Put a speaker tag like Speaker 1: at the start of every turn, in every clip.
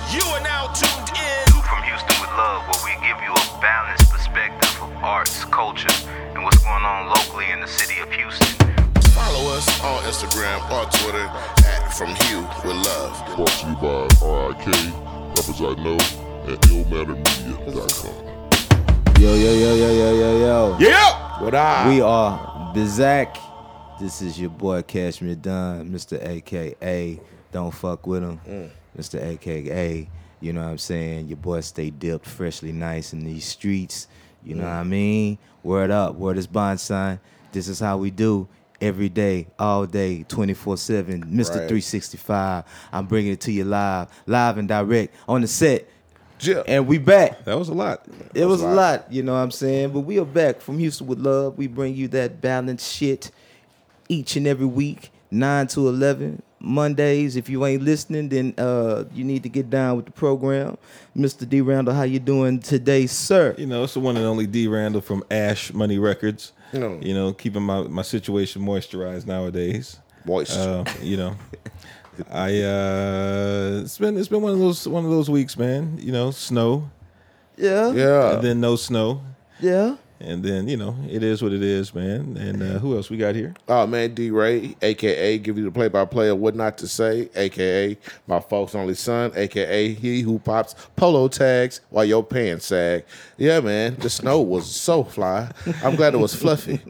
Speaker 1: all tuned in.
Speaker 2: From Houston with Love, where we give you a balanced perspective of arts, culture, and what's going on locally in the city of Houston.
Speaker 3: Follow us on Instagram or Twitter at From Hugh with Love.
Speaker 4: Brought to you by RIK, rappers I know, and illmattermedia.com.
Speaker 5: Yo, yo, yo, yo, yo, yo, yo.
Speaker 6: Yep. What up?
Speaker 5: We are the Zach. This is your boy Cashmere Dunn, Mr. AKA. Don't fuck with him,
Speaker 6: Mm.
Speaker 5: Mr. AKA. You know what I'm saying? Your boy stay dipped, freshly nice in these streets. You
Speaker 6: Mm.
Speaker 5: know what I mean? Word up, word is bond sign. This is how we do every day, all day, 24 7, Mr.
Speaker 6: Right.
Speaker 5: 365. I'm bringing it to you live, live and direct on the set.
Speaker 6: Yeah.
Speaker 5: And we back.
Speaker 6: that was a lot.
Speaker 5: It was a lot, you know what I'm saying? But we are back from Houston with Love. We bring you that balanced shit each and every week, 9 to 11. Mondays, if you ain't listening, then uh, you need to get down with the program. Mr. D. Randall, how you doing today, sir?
Speaker 7: You know, it's the one and only D Randall from Ash Money Records. You know, keeping my, my situation moisturized nowadays.
Speaker 6: Moist.
Speaker 7: Uh, you know, I uh, it's been it's been one of those one of those weeks, man. You know, snow
Speaker 5: Yeah, yeah.
Speaker 6: yeah.
Speaker 7: and then no snow, and then you know it is what it is, man. And uh, who else we got here?
Speaker 6: oh man, D Ray, aka give you the play by play of what not to say, aka my folks only son, aka he who pops polo tags while your pants sag. Yeah, man, the snow was so fly. I'm glad it was fluffy.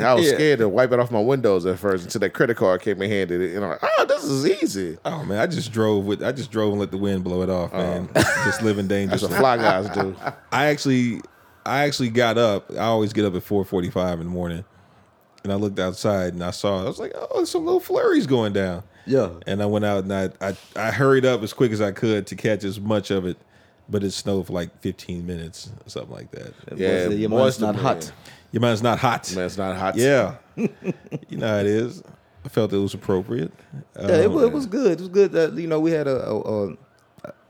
Speaker 6: I was scared to wipe it off my windows at first until that credit card came and handed it, and I'm like, oh, this is easy.
Speaker 7: Oh man, I just drove with I just drove and let the wind blow it off, man. just living
Speaker 6: Oh. That's
Speaker 7: dangerously.
Speaker 6: what fly guys do.
Speaker 7: I actually I actually got up. I always get up at four forty five in the morning. And I looked outside and I saw I was like, oh, there's some little flurries going down.
Speaker 5: Yeah.
Speaker 7: And I went out and I, I I hurried up as quick as I could to catch as much of it, but it snowed for like fifteen minutes, something like that.
Speaker 6: Yeah,
Speaker 5: your
Speaker 6: moist
Speaker 5: man's not
Speaker 6: man.
Speaker 5: hot.
Speaker 7: Your man's not hot.
Speaker 6: Man, it's not hot.
Speaker 7: Yeah. you know how it is. I felt it was appropriate. Um,
Speaker 5: Yeah, it, was, it was good. It was good that you know we had a, a, a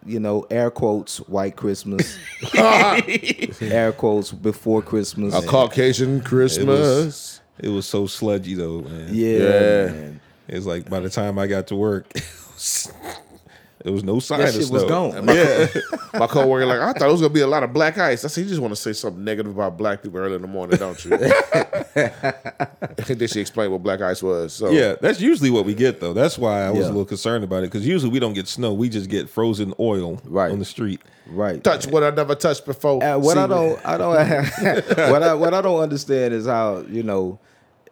Speaker 5: you know air quotes white Christmas, air quotes before Christmas.
Speaker 6: A Caucasian Christmas.
Speaker 7: it was so sludgy though, man.
Speaker 5: yeah,
Speaker 6: Yeah.
Speaker 5: man.
Speaker 7: It's like by the time I got to work, it was, it was no sign
Speaker 5: that
Speaker 7: of
Speaker 5: shit was
Speaker 7: snow.
Speaker 5: gone.
Speaker 6: Yeah. My coworker like, I thought it was gonna be a lot of black ice. I said, you just want to say something negative about black people early in the morning, don't you? and then she explained what black ice was. So
Speaker 7: Yeah, that's usually what we get though. That's why I was
Speaker 5: Yeah.
Speaker 7: a little concerned about it because usually we don't get snow. We just get frozen oil
Speaker 5: Right.
Speaker 7: on the street.
Speaker 5: Right.
Speaker 6: touch what I never touched before.
Speaker 5: Uh, what I
Speaker 6: See,
Speaker 5: don't, I don't, what I what I don't understand is how you know.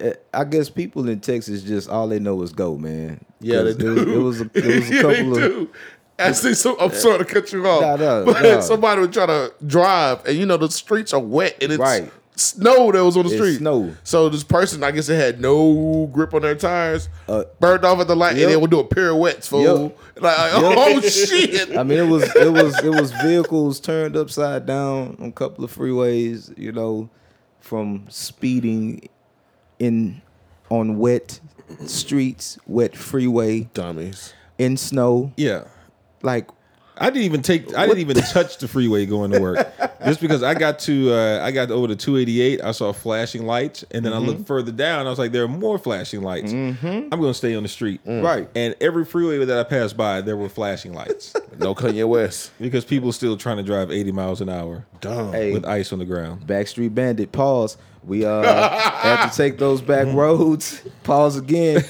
Speaker 5: eh, I guess people in Texas just all they know is go, man.
Speaker 6: Yeah, they
Speaker 5: 'Cause It was, it was, a, it was a
Speaker 6: yeah,
Speaker 5: couple
Speaker 6: they
Speaker 5: of
Speaker 6: do. Actually, so, I'm sorry to cut you off.
Speaker 5: Nah, nah,
Speaker 6: but
Speaker 5: nah.
Speaker 6: somebody would try to drive, and you know the streets are wet, and it's
Speaker 5: Right.
Speaker 6: snow that was on the
Speaker 5: It's
Speaker 6: street.
Speaker 5: snow.
Speaker 6: So this person, I guess, it had no grip on their tires, burned off at the light,
Speaker 5: Uh, yep.
Speaker 6: and they would do a pirouette, fool. Like, oh shit!
Speaker 5: I mean, it was it was it was vehicles turned upside down on a couple of freeways. You know, from speeding in on wet streets, wet freeway,
Speaker 6: Dummies.
Speaker 5: in snow.
Speaker 7: Yeah,
Speaker 5: Like,
Speaker 7: I didn't even take. I didn't even touch the freeway going to work just because I got to. Uh, I got over to 288. I saw flashing lights, and then I looked further down. I was like, there are more flashing lights. I'm going to stay on the street,
Speaker 5: Right.
Speaker 7: And every freeway that I passed by, there were flashing lights
Speaker 6: No Kanye West.
Speaker 7: because people still trying to drive 80 miles an hour
Speaker 6: Dumb.
Speaker 5: hey,
Speaker 7: with ice on the ground.
Speaker 5: Backstreet Bandit, pause. We uh have to take those back roads, pause again,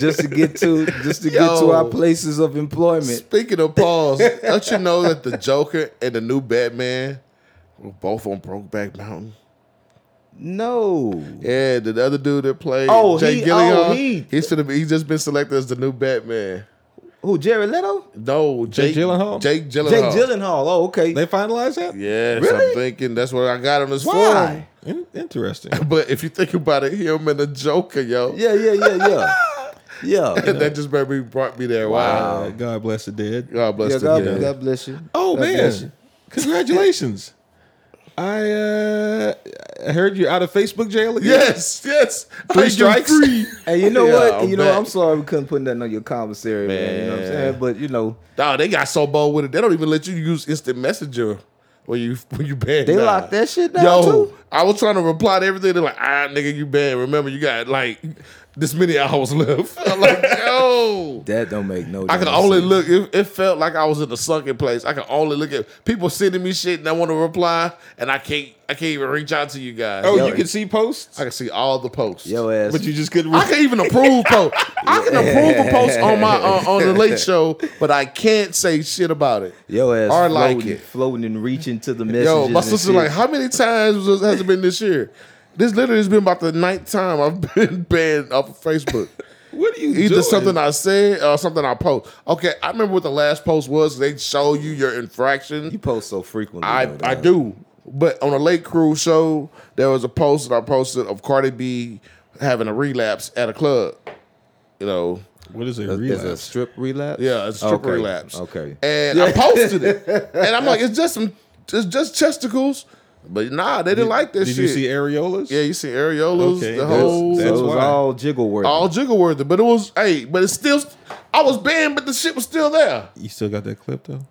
Speaker 5: just to get to just to get to
Speaker 6: Yo.
Speaker 5: our places of employment.
Speaker 6: Speaking of pause, don't you know that the Joker and the new Batman were both on Brokeback Mountain?
Speaker 5: No.
Speaker 6: Yeah, the other dude that played
Speaker 5: Oh,
Speaker 6: Jay
Speaker 5: he-
Speaker 6: Gyllenhaal,
Speaker 5: oh, he-
Speaker 6: he's finna be, he's just been selected as the new Batman.
Speaker 5: Who, Jerry Leto?
Speaker 6: No, Jake
Speaker 7: Gyllenhaal?
Speaker 6: Jake Gyllenhaal.
Speaker 5: Jake Gyllenhaal. Oh, okay.
Speaker 7: They finalized that.
Speaker 6: Yes,
Speaker 5: Really?
Speaker 6: I'm thinking that's what I got on this
Speaker 5: Why?
Speaker 7: In- interesting.
Speaker 6: form. But if you think about it, him and the Joker, yo,
Speaker 5: Yeah, yeah, yeah, yeah. Yeah.
Speaker 6: that just made me brought me there. Wow.
Speaker 7: Uh, God bless the dead.
Speaker 6: God bless
Speaker 5: Yeah,
Speaker 6: the
Speaker 5: God,
Speaker 6: kid.
Speaker 5: God bless you.
Speaker 7: Oh
Speaker 5: God bless you.
Speaker 7: man! Congratulations. I uh, I heard you're out of Facebook jail again.
Speaker 6: Yes, yes.
Speaker 7: Three
Speaker 6: I am
Speaker 7: strikes?
Speaker 6: Free.
Speaker 5: Hey, you know
Speaker 6: Yeah,
Speaker 5: what?
Speaker 6: I'm
Speaker 5: you know,
Speaker 6: back.
Speaker 5: I'm sorry we couldn't put nothing on your commissary, man. You know what I'm saying? But you know,
Speaker 6: Nah, they got so bold with it. They don't even let you use instant messenger when you when you banned.
Speaker 5: they
Speaker 6: Nah.
Speaker 5: locked that shit down
Speaker 6: Yo,
Speaker 5: too.
Speaker 6: I was trying to reply to everything. They're like, ah, nigga, you banned. Remember, you got like this many hours left. I'm like, yo.
Speaker 5: That don't make no.
Speaker 6: I can
Speaker 5: damn
Speaker 6: only
Speaker 5: sense.
Speaker 6: look. It, it felt like I was in a sunken place. I can only look at people sending me shit, and I want to reply, and I can't. I can't even reach out to you guys.
Speaker 7: Oh,
Speaker 5: Yo,
Speaker 7: you can see posts,
Speaker 6: I can see all the posts.
Speaker 5: Yo eh. ass.
Speaker 7: but you just couldn't.
Speaker 6: I can even approve post. I can approve a post on my uh, on the late show, but I can't say shit about it.
Speaker 5: Yo ass.
Speaker 6: or
Speaker 5: floating,
Speaker 6: like it.
Speaker 5: floating and reaching to the messages.
Speaker 6: Yo, my
Speaker 5: and
Speaker 6: sister
Speaker 5: shit.
Speaker 6: like, how many times was- has it been this year? This literally has been about the ninth time I've been banned off of Facebook.
Speaker 7: what are you
Speaker 6: Either
Speaker 7: doing?
Speaker 6: something I said or something I post. Okay, I remember what the last post was. They show you your infraction.
Speaker 5: you post so frequently.
Speaker 6: I,
Speaker 5: though,
Speaker 6: I
Speaker 5: dog.
Speaker 6: do. But on a late crew show, there was a post that I posted of Cardi B having a relapse at a club. You know,
Speaker 7: what is it?
Speaker 5: Is a
Speaker 7: relapse?
Speaker 5: strip relapse?
Speaker 6: yeah, it's a strip
Speaker 5: Okay,
Speaker 6: relapse.
Speaker 5: Okay.
Speaker 6: And I posted it. And I'm like, it's just some it's just chesticles. But nah, they didn't like this
Speaker 7: Did
Speaker 6: shit.
Speaker 7: you see areolas?
Speaker 6: yeah, you see areolas,
Speaker 7: Okay,
Speaker 6: the
Speaker 7: that's-
Speaker 6: whole
Speaker 5: so it was
Speaker 7: why.
Speaker 5: all jiggle work.
Speaker 6: all jiggle worthy. But it was hey, but it's still I was banned, but the shit was still there.
Speaker 7: You still got that clip though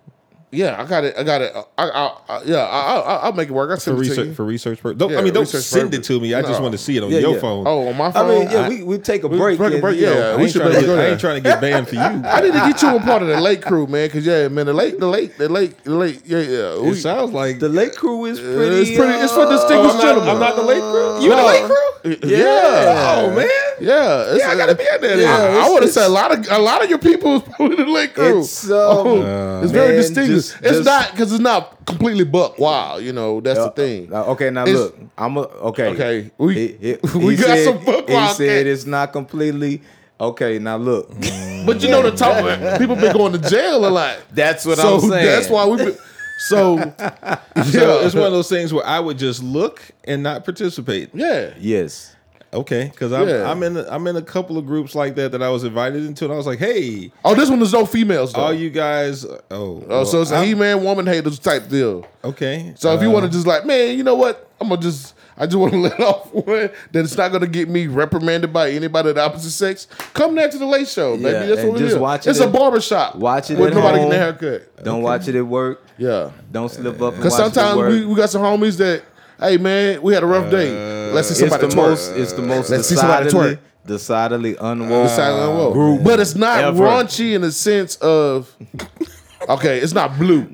Speaker 6: Yeah, I got it. I got it. I, I, I yeah, I, I, I'll make it work. I
Speaker 7: for
Speaker 6: sent it to
Speaker 7: research
Speaker 6: you.
Speaker 7: for research purpose. Don't,
Speaker 6: Yeah,
Speaker 7: I mean, don't
Speaker 6: research
Speaker 7: send
Speaker 6: purpose.
Speaker 7: it to me. I just
Speaker 6: No.
Speaker 7: want to see it on
Speaker 5: Yeah,
Speaker 7: your
Speaker 5: yeah.
Speaker 7: phone.
Speaker 6: Oh, on my
Speaker 5: I
Speaker 6: phone.
Speaker 5: mean, yeah, we we take a
Speaker 6: we
Speaker 5: break.
Speaker 6: take a
Speaker 5: and,
Speaker 6: break,
Speaker 5: you know,
Speaker 6: yeah.
Speaker 7: I
Speaker 6: we
Speaker 7: ain't,
Speaker 6: should
Speaker 7: trying to
Speaker 6: better
Speaker 7: get,
Speaker 6: go
Speaker 7: I
Speaker 6: there.
Speaker 7: ain't trying to get banned for you.
Speaker 6: I need to get you a part of the late crew, man. Cause yeah, man, the late, the late, the late, the late, yeah, yeah.
Speaker 7: It
Speaker 6: We-
Speaker 7: sounds like Oh,
Speaker 5: The late crew is
Speaker 6: uh,
Speaker 5: pretty.
Speaker 6: it's pretty. It's for
Speaker 5: uh,
Speaker 6: distinguished
Speaker 7: I'm not-
Speaker 6: gentlemen.
Speaker 7: I'm not the late crew? You
Speaker 6: No.
Speaker 7: the late crew?
Speaker 6: Uh, Yeah.
Speaker 7: oh man,
Speaker 6: Yeah.
Speaker 7: Yeah, I gotta be in there then.
Speaker 6: Yeah,
Speaker 7: It's-
Speaker 6: I would have said a lot of a lot of your people is probably the late crew.
Speaker 5: It's, um,
Speaker 6: Oh. it's very
Speaker 5: man,
Speaker 6: distinguished.
Speaker 5: just-
Speaker 6: it's
Speaker 5: just-
Speaker 6: not because it's not completely buck wild. You know, that's the thing.
Speaker 5: Uh, okay, now
Speaker 6: It's-
Speaker 5: look, I'm a, okay.
Speaker 6: Okay, we-
Speaker 5: He- he- he
Speaker 6: we got
Speaker 5: said-
Speaker 6: some buck
Speaker 5: He
Speaker 6: wild
Speaker 5: said
Speaker 6: cat.
Speaker 5: it's not completely okay. Now look,
Speaker 6: But you know the talk. People been going to jail a lot.
Speaker 5: that's what
Speaker 6: so
Speaker 5: I'm saying.
Speaker 6: that's why we. Been, so
Speaker 7: So
Speaker 6: yeah,
Speaker 7: it's one of those things where I would just look and not participate.
Speaker 6: yeah.
Speaker 5: Yes.
Speaker 7: Okay, because I'm
Speaker 6: Yeah.
Speaker 7: I'm in a, I'm in a couple of groups like that that I was invited into, and I was like, hey,
Speaker 6: Oh, this one is no females. Though.
Speaker 7: all you guys.
Speaker 5: uh,
Speaker 7: Oh,
Speaker 6: Oh, so it's a
Speaker 7: I'm-
Speaker 6: he man, woman haters type deal.
Speaker 7: okay.
Speaker 6: So if you
Speaker 7: Uh,
Speaker 6: want to just like, man, you know what? I'm gonna just, I just want to let off one that it's not gonna get me reprimanded by anybody of the opposite sex. Come down to the late show, baby.
Speaker 5: Yeah,
Speaker 6: That's
Speaker 5: and
Speaker 6: what
Speaker 5: just
Speaker 6: it is.
Speaker 5: watch it
Speaker 6: it's a
Speaker 5: at-
Speaker 6: barber shop.
Speaker 5: watch it
Speaker 6: with
Speaker 5: at
Speaker 6: nobody
Speaker 5: home.
Speaker 6: getting their haircut.
Speaker 5: Don't watch it at work.
Speaker 6: Yeah,
Speaker 5: Don't slip up.
Speaker 6: because sometimes we, we got some homies that, hey man, we had a rough day. Let's see
Speaker 5: Uh, it's the
Speaker 6: somebody twerk.
Speaker 5: most. It's the most
Speaker 6: Uh, Let's see somebody
Speaker 5: decidedly,
Speaker 6: twerk.
Speaker 5: decidedly unwoke.
Speaker 6: Silent Woe.
Speaker 5: group
Speaker 6: but it's not
Speaker 5: ever.
Speaker 6: raunchy in the sense of, okay, it's not blue.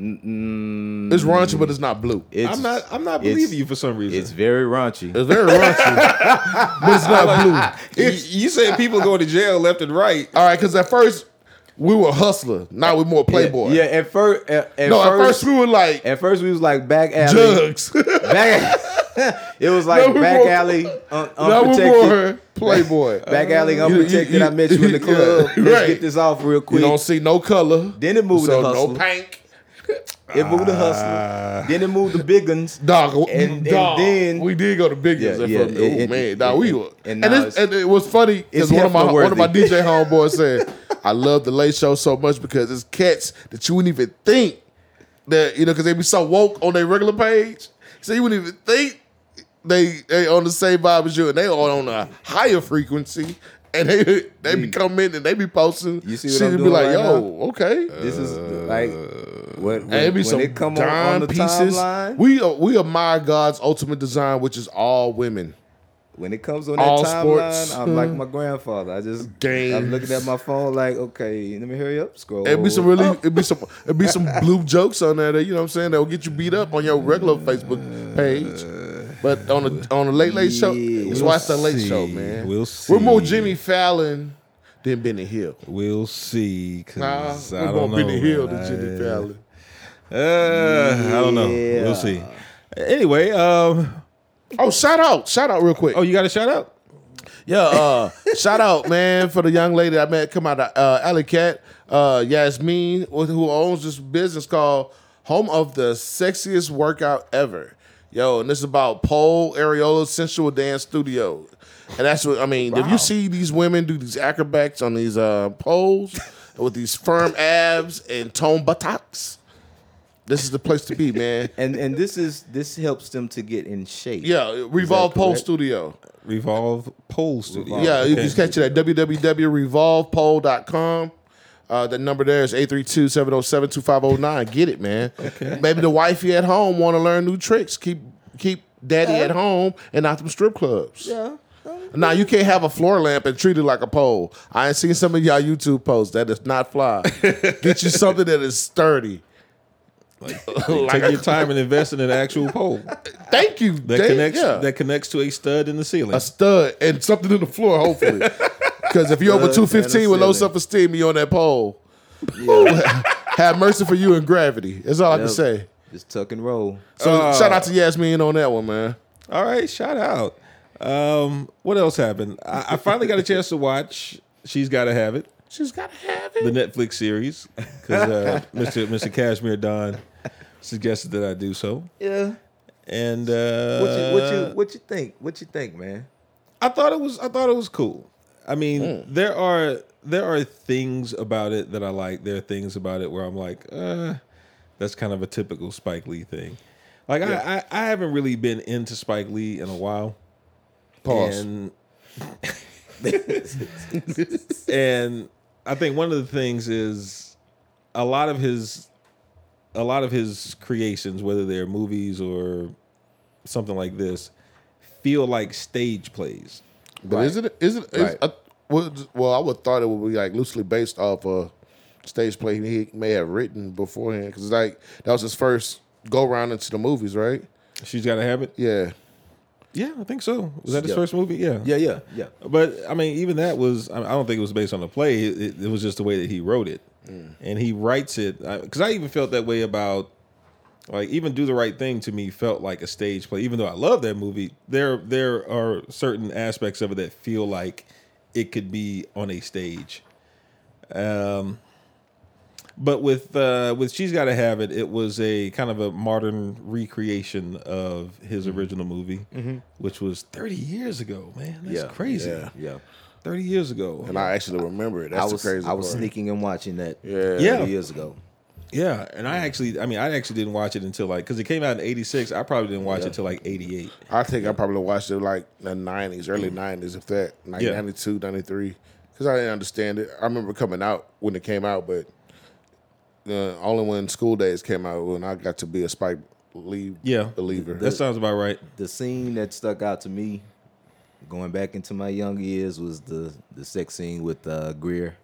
Speaker 6: It's raunchy, but it's not blue.
Speaker 5: It's-
Speaker 7: I'm not I'm not
Speaker 5: it's-
Speaker 7: believing you for some
Speaker 5: It's
Speaker 7: reason.
Speaker 5: very raunchy.
Speaker 6: It's very raunchy, but it's not blue.
Speaker 7: You, you said people go to jail left and right.
Speaker 6: All right, because at first we were hustler. Now we're more playboy.
Speaker 5: Yeah, at first, at, at
Speaker 6: no, at
Speaker 5: first,
Speaker 6: first we were like
Speaker 5: at first we was like back alley.
Speaker 6: jugs.
Speaker 5: Back, it was like
Speaker 6: No, we
Speaker 5: back
Speaker 6: won't.
Speaker 5: alley, un-
Speaker 6: now
Speaker 5: unprotected.
Speaker 6: we more playboy.
Speaker 5: Back alley,
Speaker 6: you-
Speaker 5: unprotected.
Speaker 6: you-
Speaker 5: I met you in the
Speaker 6: yeah,
Speaker 5: club. Let's
Speaker 6: right.
Speaker 5: get this off real
Speaker 6: you
Speaker 5: quick.
Speaker 6: don't see no color.
Speaker 5: Then it moved
Speaker 6: so
Speaker 5: to hustler.
Speaker 6: no pink.
Speaker 5: it moved to
Speaker 6: Ah.
Speaker 5: hustler. Then it moved to big uns.
Speaker 6: Dog, w-
Speaker 5: And- and
Speaker 6: dog,
Speaker 5: then-
Speaker 6: we did go to Biggins.
Speaker 5: Yeah,
Speaker 6: Yeah,
Speaker 5: yeah,
Speaker 6: oh
Speaker 5: it- it-
Speaker 6: man, dog, we
Speaker 5: it-
Speaker 6: were.
Speaker 5: and
Speaker 6: And,
Speaker 5: now it's-
Speaker 6: it's, and it was funny
Speaker 5: it's
Speaker 6: because one of my one of my
Speaker 5: Hefner-worthy.
Speaker 6: DJ homeboys said, "I love the late show so much because it's cats that you wouldn't even think that you know because they be so woke on their regular page, so you wouldn't even think they they on the same vibe as you, and they all on a higher frequency." And they they be coming and they be posting.
Speaker 5: Mm. You see what
Speaker 6: shit
Speaker 5: I'm
Speaker 6: and be
Speaker 5: doing
Speaker 6: like,
Speaker 5: right
Speaker 6: yo,
Speaker 5: now?
Speaker 6: okay.
Speaker 5: This is like when, when,
Speaker 6: And it be
Speaker 5: when
Speaker 6: some
Speaker 5: it come on,
Speaker 6: dime
Speaker 5: on the
Speaker 6: pieces.
Speaker 5: timeline.
Speaker 6: We uh, we admire God's ultimate design, which is all women.
Speaker 5: When it comes on that
Speaker 6: All
Speaker 5: timeline,
Speaker 6: sports.
Speaker 5: I'm like my grandfather. I just
Speaker 6: Games.
Speaker 5: I'm looking at my phone like, okay, let me hurry up. Scroll.
Speaker 6: It'd be some really,
Speaker 5: up.
Speaker 6: it'd be some, it'd be some blue jokes on there. That, you know what I'm saying? That will get you beat up on your regular Facebook page, but on a on a late late show,
Speaker 5: Yeah,
Speaker 6: that's why it's a late
Speaker 7: see.
Speaker 6: show, man.
Speaker 7: We'll
Speaker 6: We're more
Speaker 7: see.
Speaker 6: Jimmy Fallon than Benny Hill.
Speaker 7: We'll see.
Speaker 6: Nah,
Speaker 7: 'cause I
Speaker 6: we're
Speaker 7: don't
Speaker 6: more
Speaker 7: know.
Speaker 6: Benny Hill
Speaker 7: man.
Speaker 6: than Jimmy Fallon.
Speaker 7: Uh, I don't know.
Speaker 5: Yeah.
Speaker 7: We'll see. Anyway, um,
Speaker 6: Oh, shout out, shout out real quick.
Speaker 7: oh, you got a shout out?
Speaker 6: Yeah, uh, shout out, man, for the young lady I met come out of uh, Alley Cat, uh, Yasmin, wh- who owns this business called Home of the Sexiest Workout Ever. Yo, and this is about Pole Areola Sensual Dance Studio. And that's what I mean. If you see these women do these acrobats on these uh, poles with these firm abs and toned buttocks, this is the place to be, man.
Speaker 5: and and this is this helps them to get in shape.
Speaker 6: Yeah, Revolve Pole
Speaker 5: correct?
Speaker 6: Studio.
Speaker 7: Revolve Pole Studio.
Speaker 6: Yeah, you
Speaker 7: Okay.
Speaker 6: can just catch it at www.revolvepole.com. Uh, the number there is 832-707-2509. Get it, man. Maybe the wifey at home want to learn new tricks. Keep keep daddy at home and not them strip clubs.
Speaker 5: Yeah.
Speaker 6: Now you can't have a floor lamp and treat it like a pole. I ain't seen some of y'all YouTube posts that is not fly. Get you something that is sturdy.
Speaker 7: Take your time and invest in an actual pole that
Speaker 6: Thank you. That
Speaker 7: connects
Speaker 6: yeah.
Speaker 7: that connects to a stud in the ceiling.
Speaker 6: a stud and something in the floor, hopefully. Because if you're over
Speaker 5: Studs and a
Speaker 6: 215 with low
Speaker 5: ceiling.
Speaker 6: self esteem, you on that pole. have mercy for you and gravity. That's all I can
Speaker 5: Yep.
Speaker 6: say.
Speaker 5: Just tuck and roll.
Speaker 6: So shout out to Yasmin on that one, man.
Speaker 7: All right, shout out. Um, what else happened? I, I finally got a chance to watch. She's got to have it.
Speaker 6: She's got to have
Speaker 7: the
Speaker 6: it.
Speaker 7: Netflix series because uh, Mr. Mr. Cashmere Don suggested that I do so.
Speaker 5: Yeah.
Speaker 7: And uh,
Speaker 5: What you what you what you think? What you think, man?
Speaker 7: I thought it was I thought it was cool. I mean, there are there are things about it that I like. There are things about it where I'm like, uh, that's kind of a typical Spike Lee thing. Like I, I I haven't really been into Spike Lee in a while.
Speaker 6: Pause.
Speaker 7: And, and I think one of the things is a lot of his a lot of his creations, whether they're movies or something like this, feel like stage plays.
Speaker 6: But is it? Is it? Is,
Speaker 5: Right.
Speaker 6: I, well, it's- well, I would thought it would be like loosely based off a stage play he may have written beforehand because like that was his first go round into the movies, right?
Speaker 7: She's got to have it.
Speaker 6: Yeah.
Speaker 7: Yeah, I think so. Was that his
Speaker 5: Yeah.
Speaker 7: first movie? Yeah.
Speaker 5: Yeah, yeah, yeah.
Speaker 7: But I mean, even that was, I I don't think it was based on the play. It, it- it was just the way that he wrote it. And he writes it, because I even felt that way about, like, even Do the Right Thing to me felt like a stage play. Even though I love that movie, there, there are certain aspects of it that feel like it could be on a stage. Um, but with uh, with she's got to have it. It was a kind of a modern recreation of his original movie, which was thirty years ago. Man, that's
Speaker 5: yeah,
Speaker 7: crazy.
Speaker 5: Yeah, yeah.
Speaker 7: Thirty years ago.
Speaker 6: And I actually remember it. That's
Speaker 5: I was
Speaker 6: the crazy
Speaker 5: I was
Speaker 6: part.
Speaker 5: sneaking and watching that
Speaker 6: Yeah.
Speaker 7: Yeah.
Speaker 5: years ago.
Speaker 7: Yeah, and I actually, I mean, I actually didn't watch it until like because it came out in '86. I probably didn't watch it till like '88.
Speaker 6: I think I probably watched it like the 90s, early 90s, if that, like
Speaker 7: Mm. Yeah.
Speaker 6: 92, 93, because I didn't understand it. I remember coming out when it came out, but uh, only when school days came out when I got to be a Spike Lee
Speaker 7: Yeah,
Speaker 6: believer.
Speaker 7: That sounds about right.
Speaker 5: The scene that stuck out to me going back into my young years was the the sex scene with uh, Greer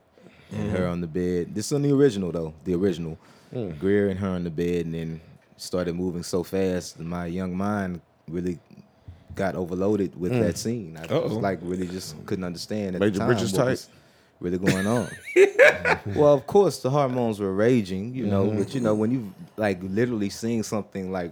Speaker 5: and her on the bed. This on the original though, the original. Greer and her on the bed and then started moving so fast that my young mind really got overloaded with that scene. I was
Speaker 7: Uh-oh.
Speaker 5: like really just couldn't understand at
Speaker 6: Made
Speaker 5: the
Speaker 6: your
Speaker 5: time
Speaker 6: britches
Speaker 5: what
Speaker 6: tight?
Speaker 5: was really going on. well, of course the hormones were raging, you know, but you know when you like literally seeing something like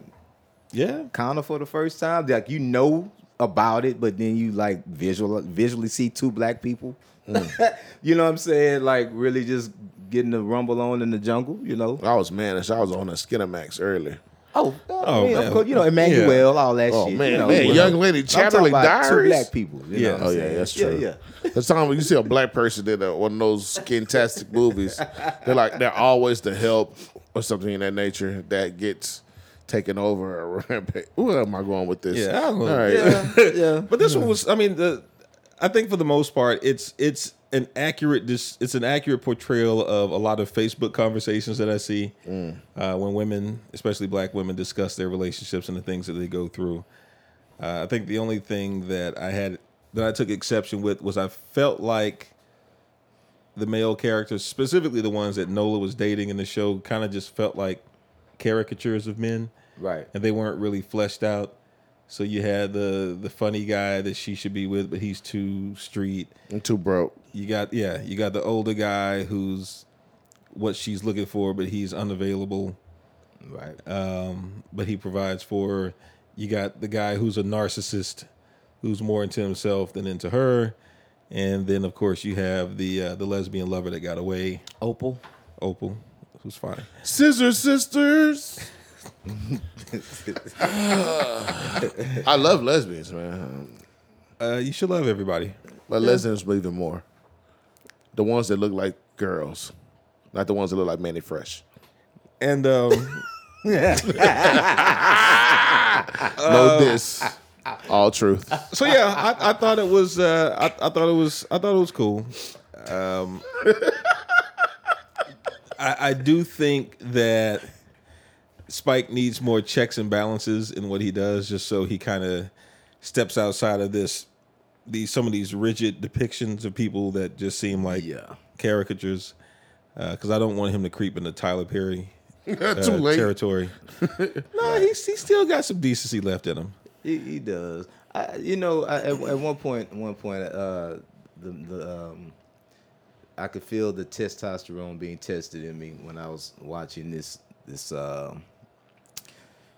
Speaker 7: Yeah,
Speaker 5: counter for the first time, like you know about it, but then you like visual visually see two black people.
Speaker 6: Hmm.
Speaker 5: you know what I'm saying? Like really just getting the rumble on in the jungle, you know.
Speaker 6: I was mannish. I was on a Skinamax early.
Speaker 5: Oh, I
Speaker 7: Oh,
Speaker 5: mean,
Speaker 7: man.
Speaker 5: of course, you know, Emmanuel, all that
Speaker 6: Oh,
Speaker 5: shit.
Speaker 6: man,
Speaker 5: you know,
Speaker 6: man,
Speaker 5: well,
Speaker 6: young lady,
Speaker 5: I'm talking
Speaker 6: Chatterley
Speaker 5: about two
Speaker 6: Diaries?
Speaker 5: black people. you know
Speaker 7: Yeah.
Speaker 5: what I'm
Speaker 6: Oh, yeah,
Speaker 5: saying?
Speaker 6: that's true.
Speaker 5: Yeah, yeah.
Speaker 6: That's the time when you see a black person in a, one of those skintastic movies, they're like they're always the help or something in that nature that gets taken over or rampage. Where am I going with this?
Speaker 7: Yeah, I don't
Speaker 6: All
Speaker 7: know.
Speaker 6: right.
Speaker 5: Yeah, yeah.
Speaker 7: But this one was, I mean, the I think for the most part, it's it's an accurate dis, it's an accurate portrayal of a lot of Facebook conversations that I see uh, when women, especially black women, discuss their relationships and the things that they go through. Uh, I think the only thing that I had that I took exception with was I felt like the male characters, specifically the ones that Nola was dating in the show, kind of just felt like caricatures of men
Speaker 5: Right.
Speaker 7: and they weren't really fleshed out. So you had the the funny guy that she should be with, but he's too street.
Speaker 6: I'm too broke.
Speaker 7: You got yeah, you got the older guy who's what she's looking for, but he's unavailable.
Speaker 5: Right. Uh,
Speaker 7: Um, but he provides for her. You got the guy who's a narcissist, who's more into himself than into her, and then of course you have the uh, the lesbian lover that got away,
Speaker 5: Opal.
Speaker 7: Opal, who's fine.
Speaker 6: Scissor sisters. I love lesbians, man.
Speaker 7: Uh, you should love everybody.
Speaker 6: But lesbians believe in more. The ones that look like girls, not the ones that look like Manny Fresh.
Speaker 7: And um,
Speaker 6: No this. All truth.
Speaker 7: so yeah, I, I thought it was uh, I, I thought it was I thought it was cool. Um, I, I do think that Spike needs more checks and balances in what he does, just so he kind of steps outside of this these some of these rigid depictions of people that just seem like
Speaker 1: Yeah.
Speaker 7: caricatures. Because I don't want him to creep into Tyler Perry uh,
Speaker 6: Too late.
Speaker 7: territory. no, he's he still got some decency left in him.
Speaker 5: He, he does. I, you know, I, at, at one point, one point, uh, the the um, I could feel the testosterone being tested in me when I was watching this this uh,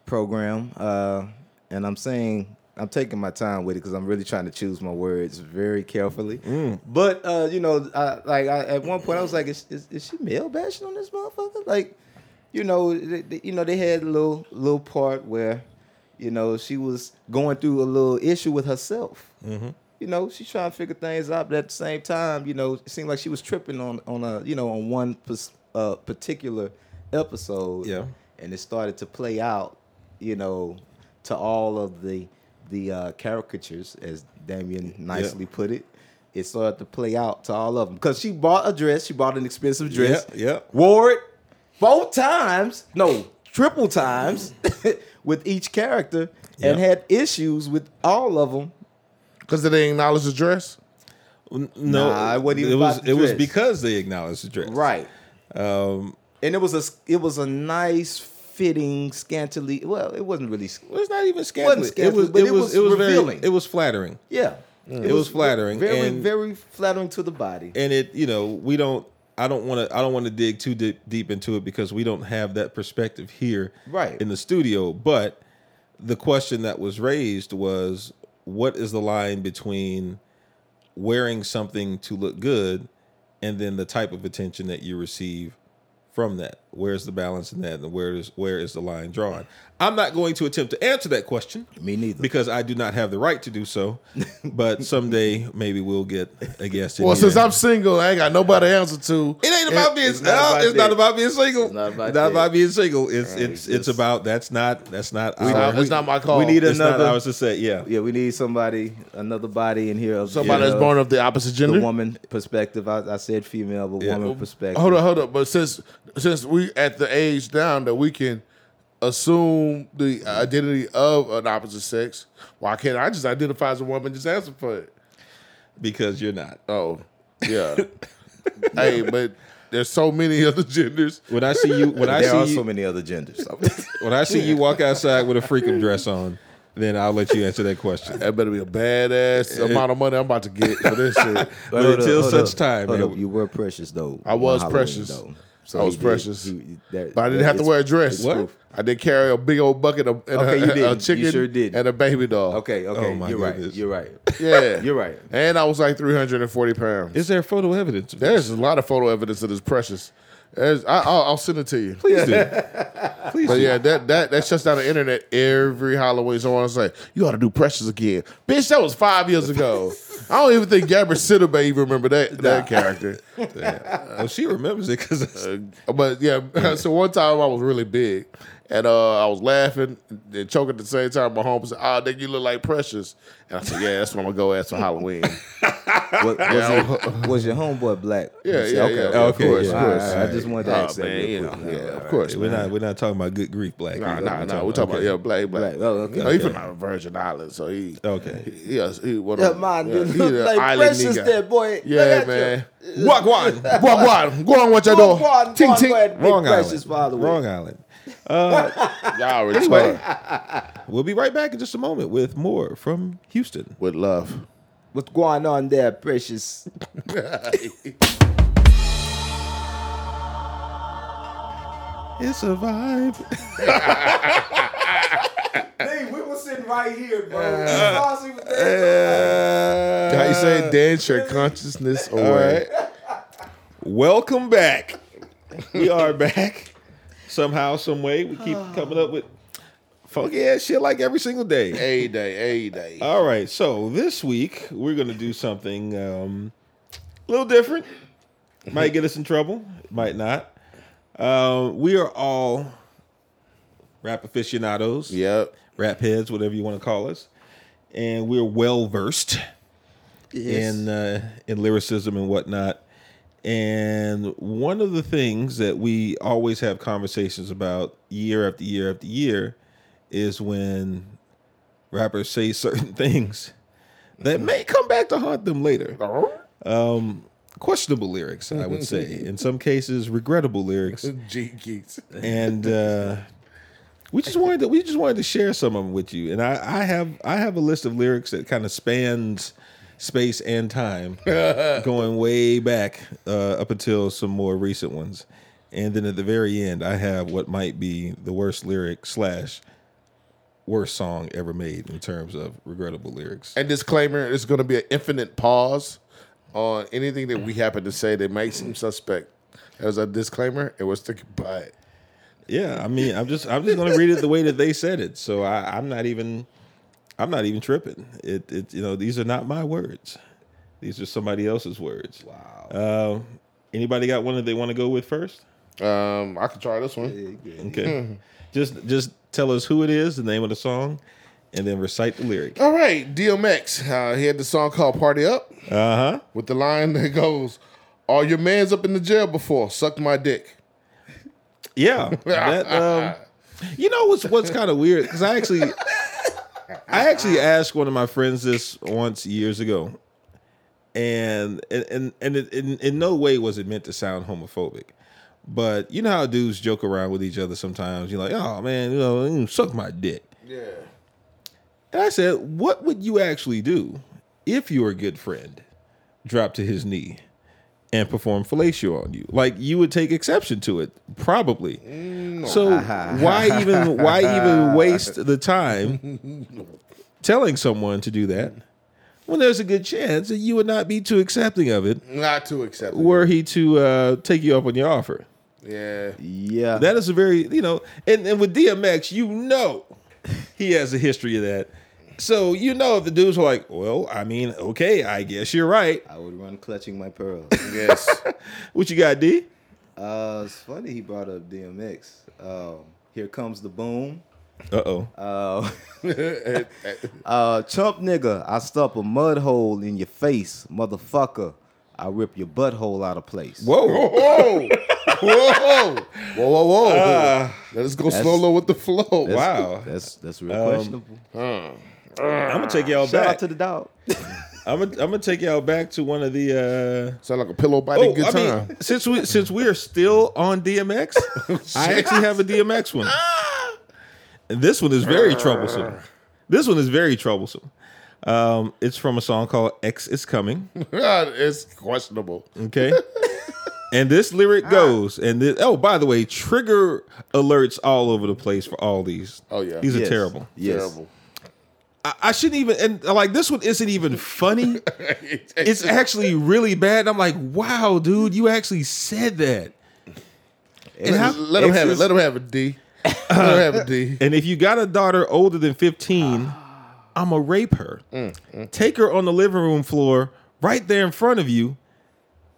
Speaker 5: program, uh, and I'm saying. I'm taking my time with it because I'm really trying to choose my words very carefully. But uh, you know, I, like I, at one point, I was like, "Is, is, is she male bashing on this motherfucker?" Like, you know, they, they- you know, they had a little little part where, you know, she was going through a little issue with herself. You know, she's trying to figure things out, but at the same time, you know, it seemed like she was tripping on on a you know on one pers- uh, particular episode.
Speaker 7: Yeah.
Speaker 5: and it started to play out, you know, to all of the the uh, caricatures, as Damien nicely put it. It started to play out to all of them because she bought a dress. She bought an expensive dress.
Speaker 7: Yeah, yeah.
Speaker 5: Wore it four times, no, triple times with each character and
Speaker 7: Yeah.
Speaker 5: had issues with all of them.
Speaker 6: Because they didn't acknowledge the dress.
Speaker 7: No,
Speaker 5: Nah, it wasn't even
Speaker 7: it was
Speaker 5: about the
Speaker 7: it was
Speaker 5: dress.
Speaker 7: because they acknowledged the dress,
Speaker 5: Right. Um,
Speaker 7: Um,
Speaker 5: and it was a it was a nice fitting scantily well, it wasn't really sc-
Speaker 7: Well, it's not even
Speaker 5: wasn't
Speaker 7: scandalous. It
Speaker 5: scandalous,
Speaker 7: was
Speaker 5: but
Speaker 7: it
Speaker 5: it
Speaker 7: was
Speaker 5: was
Speaker 7: it was very
Speaker 5: revealing.
Speaker 7: it was flattering.
Speaker 5: yeah.
Speaker 7: Mm, It was flattering
Speaker 5: Very
Speaker 7: and-
Speaker 5: very flattering to the body.
Speaker 7: and it you know we don't i don't want to i don't want to dig too deep, deep into it because we don't have that perspective here
Speaker 5: Right.
Speaker 7: in the studio but the question that was raised was what is the line between wearing something to look good and then the type of attention that you receive from that where's the balance in that and where is where is the line drawn i'm not going to attempt to answer that question
Speaker 5: Me neither.
Speaker 7: because i do not have the right to do so but someday maybe we'll get a guest in
Speaker 6: Well,
Speaker 7: here.
Speaker 6: since I'm single, I ain't got nobody to answer to.
Speaker 7: It ain't about being.
Speaker 5: it's
Speaker 7: It's,
Speaker 5: not
Speaker 7: not,
Speaker 5: about
Speaker 7: it's not
Speaker 5: that.
Speaker 7: about being single. It's
Speaker 5: not about
Speaker 7: not about
Speaker 5: that.
Speaker 7: being single. It's it's
Speaker 5: it's
Speaker 7: it's
Speaker 5: just-
Speaker 7: about that's not that's not.
Speaker 6: It's
Speaker 7: our-
Speaker 6: not, it's not my call.
Speaker 5: we need
Speaker 7: it's not
Speaker 5: another-
Speaker 7: ours to say. Yeah.
Speaker 5: Yeah, we need somebody another body in here of
Speaker 6: somebody
Speaker 5: you
Speaker 6: that's
Speaker 5: know,
Speaker 6: born of the opposite
Speaker 5: the
Speaker 6: gender.
Speaker 5: woman perspective. I, I said female, but woman perspective.
Speaker 6: Hold up, hold up. But since since we at the age down that we can assume the identity of an opposite sex, why can't I just identify as a woman? Just answer for it.
Speaker 7: because you're not.
Speaker 6: Oh, yeah. hey, but there's so many other genders.
Speaker 7: When I see you, when I
Speaker 5: there are
Speaker 7: see
Speaker 5: so
Speaker 7: you,
Speaker 5: many other genders.
Speaker 7: when I see you walk outside with a freakum dress on, then I'll let you answer that question.
Speaker 6: That better be a badass amount of money I'm about to get for this shit.
Speaker 7: But
Speaker 5: Hold up,
Speaker 7: until
Speaker 5: hold
Speaker 7: such
Speaker 5: up,
Speaker 7: time,
Speaker 5: hold
Speaker 7: man,
Speaker 5: up. you were precious though.
Speaker 6: I was
Speaker 5: on Halloween,
Speaker 6: precious. I was
Speaker 5: he
Speaker 6: precious.
Speaker 5: that-
Speaker 6: But I didn't
Speaker 5: that
Speaker 6: have to
Speaker 5: is-
Speaker 6: wear a dress.
Speaker 7: What?
Speaker 6: I did carry a big old bucket of and
Speaker 5: Okay,
Speaker 6: a,
Speaker 5: you
Speaker 6: a
Speaker 5: didn't. You
Speaker 6: chicken
Speaker 5: sure didn't.
Speaker 6: and a baby doll.
Speaker 5: Okay,
Speaker 6: Oh
Speaker 5: okay,
Speaker 7: my
Speaker 5: you're right.
Speaker 7: goodness.
Speaker 5: You're right.
Speaker 6: Yeah.
Speaker 5: You're right.
Speaker 6: And I was like 340 pounds.
Speaker 7: is there photo evidence? of
Speaker 6: There's a lot of photo evidence that is precious. There's, I, I'll, I'll send it to you.
Speaker 7: this? Please do. Please
Speaker 6: But
Speaker 7: do.
Speaker 6: yeah, that that that shuts down the internet every Halloween. Someone's like, "You ought to do precious again, bitch." That was five years ago. I don't even think Gabber Sidibe even remember that that character.
Speaker 7: Oh, she remembers it because
Speaker 6: Uh, but yeah, so one time I was really big, and uh, I was laughing and choking at the same time. My homie said, "Ah, nigga, you look like Precious," and I said, "Yeah, that's what I'm gonna go as for Halloween."
Speaker 5: What, was, it- was your homeboy black?
Speaker 6: Yeah, yeah, yeah. Oh, of
Speaker 7: okay,
Speaker 6: course,
Speaker 7: yeah.
Speaker 6: of
Speaker 5: All right,
Speaker 6: course.
Speaker 5: all right, I just wanted to
Speaker 6: Ah,
Speaker 5: ask that.
Speaker 6: man,
Speaker 5: real
Speaker 6: you
Speaker 5: quick.
Speaker 6: know,
Speaker 5: All
Speaker 6: yeah,
Speaker 5: right,
Speaker 6: of course.
Speaker 7: we're not we're not talking about good grief black.
Speaker 6: Nah,
Speaker 7: We're
Speaker 6: nah,
Speaker 7: talking
Speaker 6: nah. We're talking about yeah, black, black.
Speaker 5: Black, oh, okay.
Speaker 6: No, he
Speaker 5: Okay.
Speaker 6: from out of Virgin Islands, so he
Speaker 7: Okay.
Speaker 6: He, yes, he one
Speaker 5: Yeah,
Speaker 6: of
Speaker 5: man,
Speaker 6: yeah,
Speaker 5: you
Speaker 6: he's
Speaker 5: look
Speaker 6: a
Speaker 5: like
Speaker 6: island
Speaker 5: precious
Speaker 6: nigga.
Speaker 5: there, boy. Look
Speaker 6: Yeah,
Speaker 5: at
Speaker 6: man.
Speaker 7: Wagwan.
Speaker 6: Wagwan, go on with your
Speaker 5: Go
Speaker 6: door.
Speaker 5: on, go on, go
Speaker 6: Ting
Speaker 5: on, go
Speaker 6: ting.
Speaker 5: ahead.
Speaker 7: Wrong
Speaker 5: Big precious, by the
Speaker 7: island.
Speaker 5: way.
Speaker 7: Wrong island.
Speaker 6: Y'all
Speaker 7: Anyway,
Speaker 6: retarded.
Speaker 7: we'll be right back in just a moment with more from Houston.
Speaker 6: With love.
Speaker 5: What's going on there, precious?
Speaker 7: It's a vibe.
Speaker 5: Hey, we were sitting right here, bro.
Speaker 6: How you say dance your consciousness away?
Speaker 7: Welcome back. We are back. Somehow, some way, we keep coming up with funky ass shit like every single day.
Speaker 6: A day, a day.
Speaker 7: All right, so this week we're gonna do something um, a little different. Might get us in trouble, might not. Um, we are all rap aficionados,
Speaker 6: Yep.
Speaker 7: rap heads, whatever you want to call us, and we're well versed. in uh, in lyricism and whatnot. And one of the things that we always have conversations about year after year after year is when rappers say certain things that may come back to haunt them later. Um, questionable lyrics, I would say. In some cases, regrettable lyrics.
Speaker 6: Gene Keats.
Speaker 7: and uh, we just wanted to, we just wanted to share some of them with you. And I, I have I have a list of lyrics that kind of spans space and time, going way back uh, up until some more recent ones. And then at the very end, I have what might be the worst lyric slash worst song ever made in terms of regrettable lyrics.
Speaker 6: And disclaimer: It's going to be an infinite pause on anything that we happen to say that might seem suspect. As a disclaimer, it was thinking by it.
Speaker 7: Yeah, I mean, I'm just I'm just gonna read it the way that they said it. So I, I'm not even I'm not even tripping. It it you know these are not my words. These are somebody else's words. Wow. Um, anybody got one that they want to go with first?
Speaker 6: Um, I could try this one.
Speaker 7: Okay. just just tell us who it is, the name of the song, and then recite the lyric.
Speaker 6: All right, DMX. Uh, he had the song called "Party Up"
Speaker 7: Uh huh.
Speaker 6: with the line that goes, "All your man's up in the jail before. Suck my dick."
Speaker 7: Yeah. That, um, you know what's what's kind of weird because I actually I actually asked one of my friends this once years ago, and and and, and it, in in no way was it meant to sound homophobic. But you know how dudes joke around with each other sometimes. You're like, oh man, you know, mm, suck my dick. Yeah. And I said, what would you actually do if you were a good friend dropped to his knee and perform fellatio on you? Like you would take exception to it, probably. So why even why even waste the time telling someone to do that when there's a good chance that you would not be too accepting of it
Speaker 6: Not too acceptable.
Speaker 7: were he to uh, take you up on your offer?
Speaker 6: Yeah.
Speaker 5: Yeah.
Speaker 7: That is a very, you know, and, and with DMX, you know, he has a history of that. So you know, if the dudes were like, "Well, I mean, okay, I guess you're right."
Speaker 5: I would run clutching my pearls.
Speaker 6: Yes.
Speaker 7: What you got, D?
Speaker 5: uh, it's funny he brought up DMX. Um, here comes the boom.
Speaker 7: Uh oh.
Speaker 5: Uh, uh, chump nigga, I stuff a mud hole in your face, motherfucker. I rip your butthole out of place.
Speaker 7: Whoa. Uh,
Speaker 6: Whoa! Whoa! Whoa! Whoa! Whoa! Let's go
Speaker 5: that's-
Speaker 6: solo with the flow.
Speaker 5: That's-
Speaker 6: Wow.
Speaker 5: that's that's real questionable.
Speaker 7: I'm gonna take y'all
Speaker 5: Shout
Speaker 7: back.
Speaker 5: out to the dog.
Speaker 7: I'm gonna I'm gonna take y'all back to one of the. Uh,
Speaker 6: Sound like a pillow biting
Speaker 7: I
Speaker 6: good
Speaker 7: mean,
Speaker 6: time.
Speaker 7: since we since we are still on DMX, I actually have a DMX one. And this one is very troublesome. This one is very troublesome. Um, it's from a song called "X Is Coming."
Speaker 6: it's questionable.
Speaker 7: Okay. and this
Speaker 6: Ah.
Speaker 7: lyric goes, and this, oh, by the way, trigger alerts all over the place for all these.
Speaker 6: Oh, yeah.
Speaker 7: these are
Speaker 5: Yes.
Speaker 7: terrible.
Speaker 5: Yes.
Speaker 6: Terrible.
Speaker 7: I, I shouldn't even, and like this one isn't even funny.
Speaker 6: It's,
Speaker 7: it's actually really bad. And I'm like, wow, dude, you actually said that. And, how-
Speaker 6: let him have it. Let him have it. D. Let him have it. D.
Speaker 7: and if you got a daughter older than 15, Ah. I'ma rape her,
Speaker 6: Mm,
Speaker 7: take her on the living room floor right there in front of you,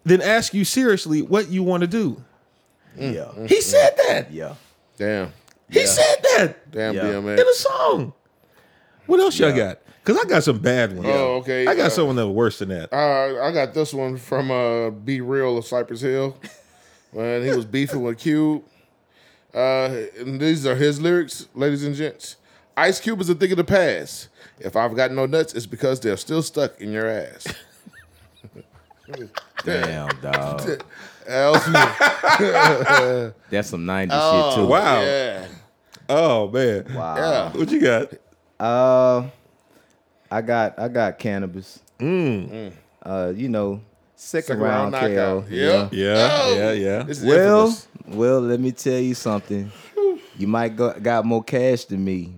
Speaker 7: then ask you seriously what you want to do.
Speaker 6: Mm,
Speaker 5: Yeah.
Speaker 7: He said that.
Speaker 5: Yeah.
Speaker 6: Damn.
Speaker 7: He said that.
Speaker 6: Damn.
Speaker 5: Yeah.
Speaker 6: DMX.
Speaker 7: in a song. What else y'all got? Because I got some bad ones.
Speaker 6: Oh, okay.
Speaker 7: I got
Speaker 6: Uh,
Speaker 7: someone that was worse than that.
Speaker 6: Uh, I got this one from uh, Be Real of Cypress Hill when he was beefing with Cube. Uh, and these are his lyrics, ladies and gents. Ice Cube is a thing of the past. If I've got no nuts, it's because they're still stuck in your ass.
Speaker 5: Damn, dog.
Speaker 6: Else-
Speaker 5: That's some 90s shit, too.
Speaker 7: wow.
Speaker 6: Oh, yeah.
Speaker 7: Oh man.
Speaker 5: Wow.
Speaker 6: Yeah.
Speaker 7: What you got?
Speaker 5: Uh, I got I got cannabis. Uh, you know, second,
Speaker 6: Second round
Speaker 5: round, KO.
Speaker 6: knockout. Yep.
Speaker 7: Yeah.
Speaker 6: Oh.
Speaker 7: Yeah. Yeah.
Speaker 6: This is
Speaker 5: Well,
Speaker 6: infamous.
Speaker 5: well, let me tell you something. You might go, got more cash than me,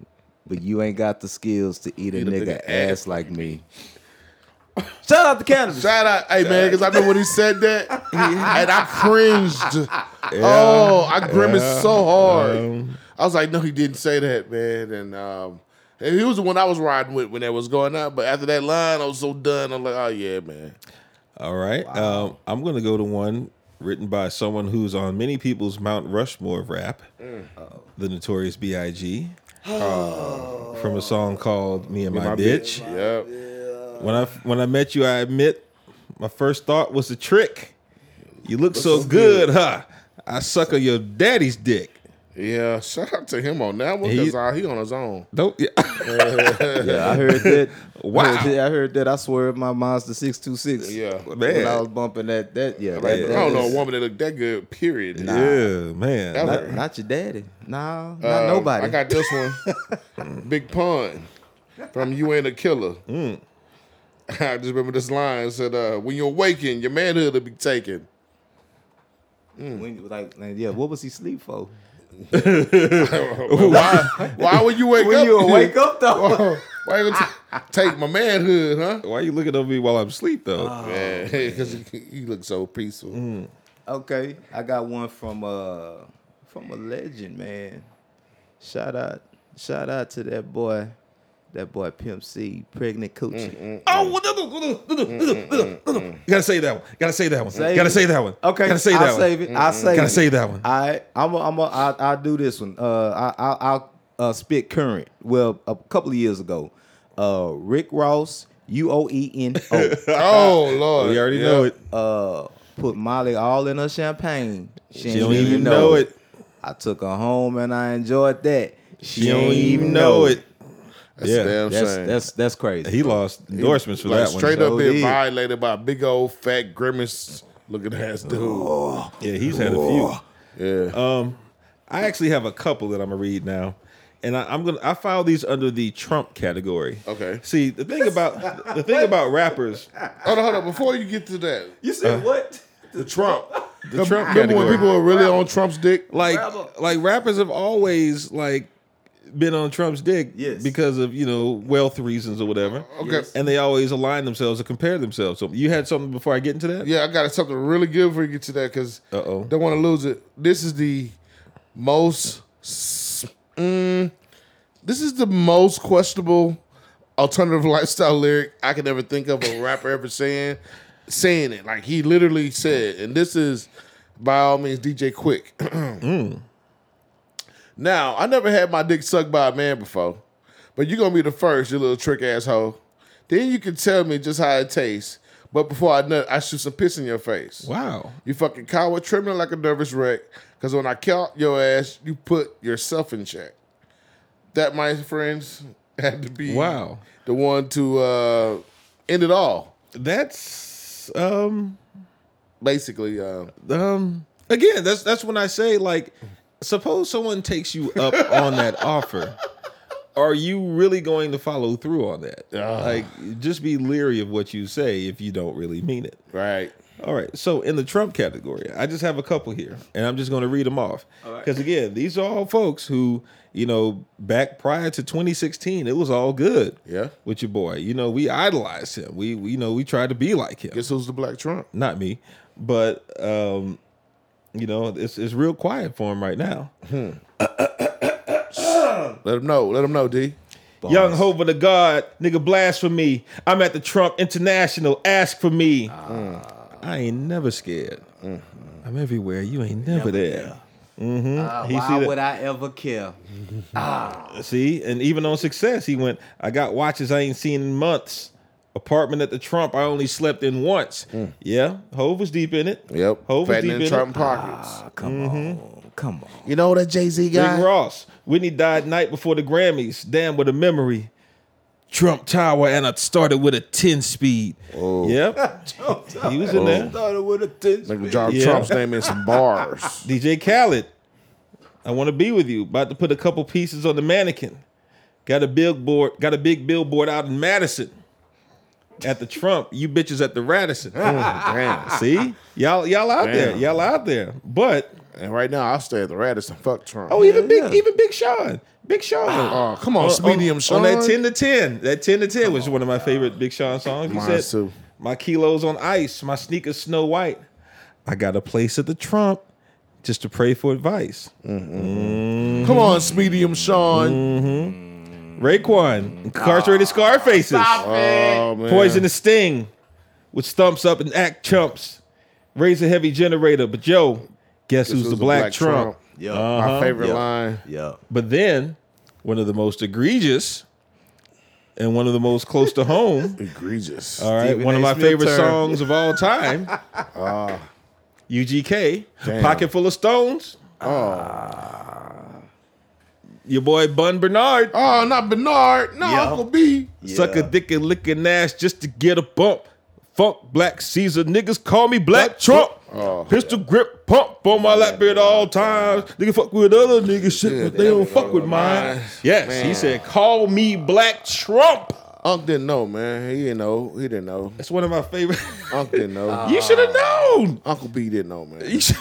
Speaker 5: but you ain't got the skills to eat a
Speaker 6: Eat a
Speaker 5: nigga
Speaker 6: nigga
Speaker 5: ass like me. Shout out to cannabis.
Speaker 6: Shout out, hey man, because I know when he said that, and I cringed. Oh, I grimaced so hard. I was like, no, he didn't say that, man. And um, and he was the one I was riding with when that was going on. But after that line, I was so done. I'm like, oh yeah, man.
Speaker 7: All right. Um, I'm gonna go to one written by someone who's on many people's Mount Rushmore of rap,
Speaker 6: Mm.
Speaker 7: the Notorious B.I.G. Um, from a song called "Me and My, Bitch."
Speaker 6: Yep.
Speaker 7: When I when I met you, I admit my first thought was a trick. You look so good, huh? I suck on your daddy's dick.
Speaker 6: Yeah, shout out to him on that one
Speaker 7: He-
Speaker 6: because uh, he on his own.
Speaker 7: Don't. Yeah.
Speaker 5: Yeah, I heard that.
Speaker 7: Wow.
Speaker 5: I heard that, I heard that. I swear, my Mazda six two six.
Speaker 6: Yeah.
Speaker 5: when I
Speaker 7: Man.
Speaker 5: was bumping that. That yeah.
Speaker 6: Like,
Speaker 5: that,
Speaker 6: I
Speaker 5: that
Speaker 6: don't know a
Speaker 5: is-
Speaker 6: woman that looked that good. Period.
Speaker 7: Yeah, man.
Speaker 6: That was-
Speaker 5: Not, not your daddy. Nah, not
Speaker 6: Um,
Speaker 5: nobody.
Speaker 6: I got this one. Big pun from You Ain't a Killer.
Speaker 5: Mm.
Speaker 6: I just remember this line said, uh, "When you're waking, your manhood will be taken."
Speaker 5: When you- like, like, yeah. What was he sleep for?
Speaker 6: why? Why would you wake
Speaker 5: When
Speaker 6: up?
Speaker 5: you wake up though.
Speaker 6: Why you gonna t- take my manhood, huh?
Speaker 7: Why you looking over me while I'm asleep though?
Speaker 6: Man, because you look so peaceful.
Speaker 5: Mm. Okay, I got one from uh from a legend, man. Shout out, shout out to that boy, that boy Pimp C, pregnant coochie.
Speaker 7: Oh, well, no, no, no, no, no, no, no, no. You gotta say that one. Gotta say that one.
Speaker 5: Save
Speaker 7: gotta
Speaker 5: it.
Speaker 7: say that one.
Speaker 5: Okay,
Speaker 7: Gotta say that
Speaker 5: I'll
Speaker 7: one.
Speaker 5: save it. I'll save it.
Speaker 7: Gotta save that one.
Speaker 5: I I'm a, I'm a, I, I'll do this one. Uh, I, I I'll uh, spit current. Well, a couple of years ago, uh, Rick Ross, U O E N O,
Speaker 6: Oh Lord,
Speaker 7: We already
Speaker 6: Yeah.
Speaker 7: know it.
Speaker 5: uh, put Molly all in her champagne. She,
Speaker 7: She
Speaker 5: ain't
Speaker 7: don't even know it.
Speaker 5: I took her home and I enjoyed that. She,
Speaker 7: She
Speaker 5: ain't
Speaker 7: don't even know it.
Speaker 6: That's
Speaker 7: Yeah.
Speaker 6: a damn
Speaker 5: That's
Speaker 6: shame.
Speaker 5: that's that's crazy.
Speaker 7: He lost endorsements for
Speaker 6: like
Speaker 7: that one.
Speaker 6: straight up
Speaker 5: So
Speaker 6: being
Speaker 5: did.
Speaker 6: violated by a big old fat grimace looking ass dude.
Speaker 5: Oh.
Speaker 7: Yeah, he's had a few.
Speaker 6: Yeah.
Speaker 7: Um, I actually have a couple that I'm gonna read now, and I, I'm gonna I file these under the Trump category.
Speaker 6: Okay.
Speaker 7: See the thing about the thing about rappers.
Speaker 6: Hold on, hold on. Before you get to that,
Speaker 5: you said what?
Speaker 6: the Trump, the
Speaker 7: Trump
Speaker 6: Remember when
Speaker 7: category.
Speaker 6: people were really on Trump's dick?
Speaker 7: like like rappers have always like been on Trump's dick
Speaker 5: Yes.
Speaker 7: because of you know wealth reasons or whatever.
Speaker 6: Okay.
Speaker 7: And they always align themselves or compare themselves. So you had something before I get into that.
Speaker 6: Yeah, I got something really good for you to get to that because
Speaker 7: Uh-oh.
Speaker 6: don't want to lose it. This is the most. s- mm, this is the most questionable alternative lifestyle lyric I could ever think of a rapper ever saying. Saying it like he literally said, and this is by all means DJ Quick. Now, I never had my dick sucked by a man before, but you're gonna be the first, you little trick asshole. Then you can tell me just how it tastes. But before I nut, I shoot some piss in your face.
Speaker 7: Wow.
Speaker 6: You fucking coward, trembling like a nervous wreck. Cause when I count your ass, you put yourself in check. That, my friends, had to be
Speaker 7: Wow.
Speaker 6: the one to uh, end it all.
Speaker 7: That's um
Speaker 6: Basically, uh,
Speaker 7: um again that's that's when I say like suppose someone takes you up on that offer. Are you really going to follow through on that? Like just be leery of what you say if you don't really mean it.
Speaker 6: right.
Speaker 7: All right. So in the Trump category, I just have a couple here, and I'm just going to read them off. Because again, these are all folks who, you know, back prior to 2016, it was all good.
Speaker 6: Yeah.
Speaker 7: With your boy, you know, we idolized him. We, we you know, we tried to be like him.
Speaker 6: Guess who's the black Trump?
Speaker 7: Not me, but um, you know, it's it's real quiet for him right now.
Speaker 6: Let him know. Let him know, D.
Speaker 7: Young Hova the God, nigga, blast for me. I'm at the Trump International. Ask for me. Mm. I ain't never scared. I'm everywhere. You ain't never, there. Mm-hmm.
Speaker 5: Uh,
Speaker 7: He see
Speaker 5: why
Speaker 7: that-
Speaker 5: would I ever care?
Speaker 7: See, and even on success, he went, I got watches I ain't seen in months. Apartment at the Trump, I only slept in once. Yeah, Hove was deep in it.
Speaker 6: Yep.
Speaker 7: Hove was deep
Speaker 6: Fattening
Speaker 7: in
Speaker 6: Trump
Speaker 7: it.
Speaker 6: pockets.
Speaker 5: Ah, come
Speaker 7: Mm-hmm.
Speaker 5: on, come on.
Speaker 6: You know that Jay Z
Speaker 7: Rick Ross, Whitney died night before the Grammys. Damn, what a memory. Trump Tower, and I started with a 10 speed. Yep. he was in there.
Speaker 5: Started with a ten.
Speaker 6: Nigga drop
Speaker 7: Yeah.
Speaker 6: Trump's name in some bars.
Speaker 7: DJ Khaled, I want to be with you. About to put a couple pieces on the mannequin. Got a billboard. Got a big billboard out in Madison. At the Trump, you bitches at the Radisson.
Speaker 6: Damn.
Speaker 7: See, y'all, y'all out there,
Speaker 6: Damn.
Speaker 7: y'all out there. But
Speaker 6: And right now, I'll stay at the Radisson. Fuck Trump.
Speaker 7: oh, even big,
Speaker 5: yeah.
Speaker 7: even Big Sean, Big Sean.
Speaker 6: Oh, come on, Speedy and Sean.
Speaker 7: on that ten to ten, that ten to ten was one of my favorite Big Sean songs. He
Speaker 6: Mine
Speaker 7: said,
Speaker 6: too.
Speaker 7: "My kilos on ice, my sneakers snow white. I got a place at the Trump, just to pray for advice." Mm-hmm.
Speaker 6: Come on, Speedy and Sean.
Speaker 7: Raekwon, incarcerated Scarfaces,
Speaker 6: Oh, man.
Speaker 7: poisonous sting, with stumps up and act chumps, raise a heavy generator. But yo, guess
Speaker 6: This
Speaker 7: who's
Speaker 6: was
Speaker 7: the
Speaker 6: a
Speaker 7: black, Trump? Uh-huh.
Speaker 5: Yeah,
Speaker 6: My favorite
Speaker 5: Yeah.
Speaker 6: line.
Speaker 5: yeah.
Speaker 7: But then, one of the most egregious, and one of the most close to home.
Speaker 6: Egregious.
Speaker 7: All right,
Speaker 5: Stephen
Speaker 7: one of
Speaker 5: A.
Speaker 7: my
Speaker 5: Smith
Speaker 7: favorite
Speaker 5: term.
Speaker 7: songs of all time. Ah. UGK,
Speaker 6: Damn.
Speaker 7: pocket full of stones.
Speaker 6: oh.
Speaker 7: your boy Bun Bernard.
Speaker 6: Oh, not Bernard. No,
Speaker 5: Yeah.
Speaker 6: Uncle B.
Speaker 7: Suck a dick and lick an ass just to get a bump. Funk Black Caesar, niggas call me Black Trump. Pistol grip pump on my lap at all times. Nigga fuck with other nigga shit, but they don't fuck with mine. Yes, he said, call me Black Trump.
Speaker 6: Unc didn't know, man. He didn't know. He didn't know.
Speaker 7: That's one of my favorite.
Speaker 6: Unc didn't know.
Speaker 7: you should have known.
Speaker 6: Uncle B didn't know, man.
Speaker 7: You should-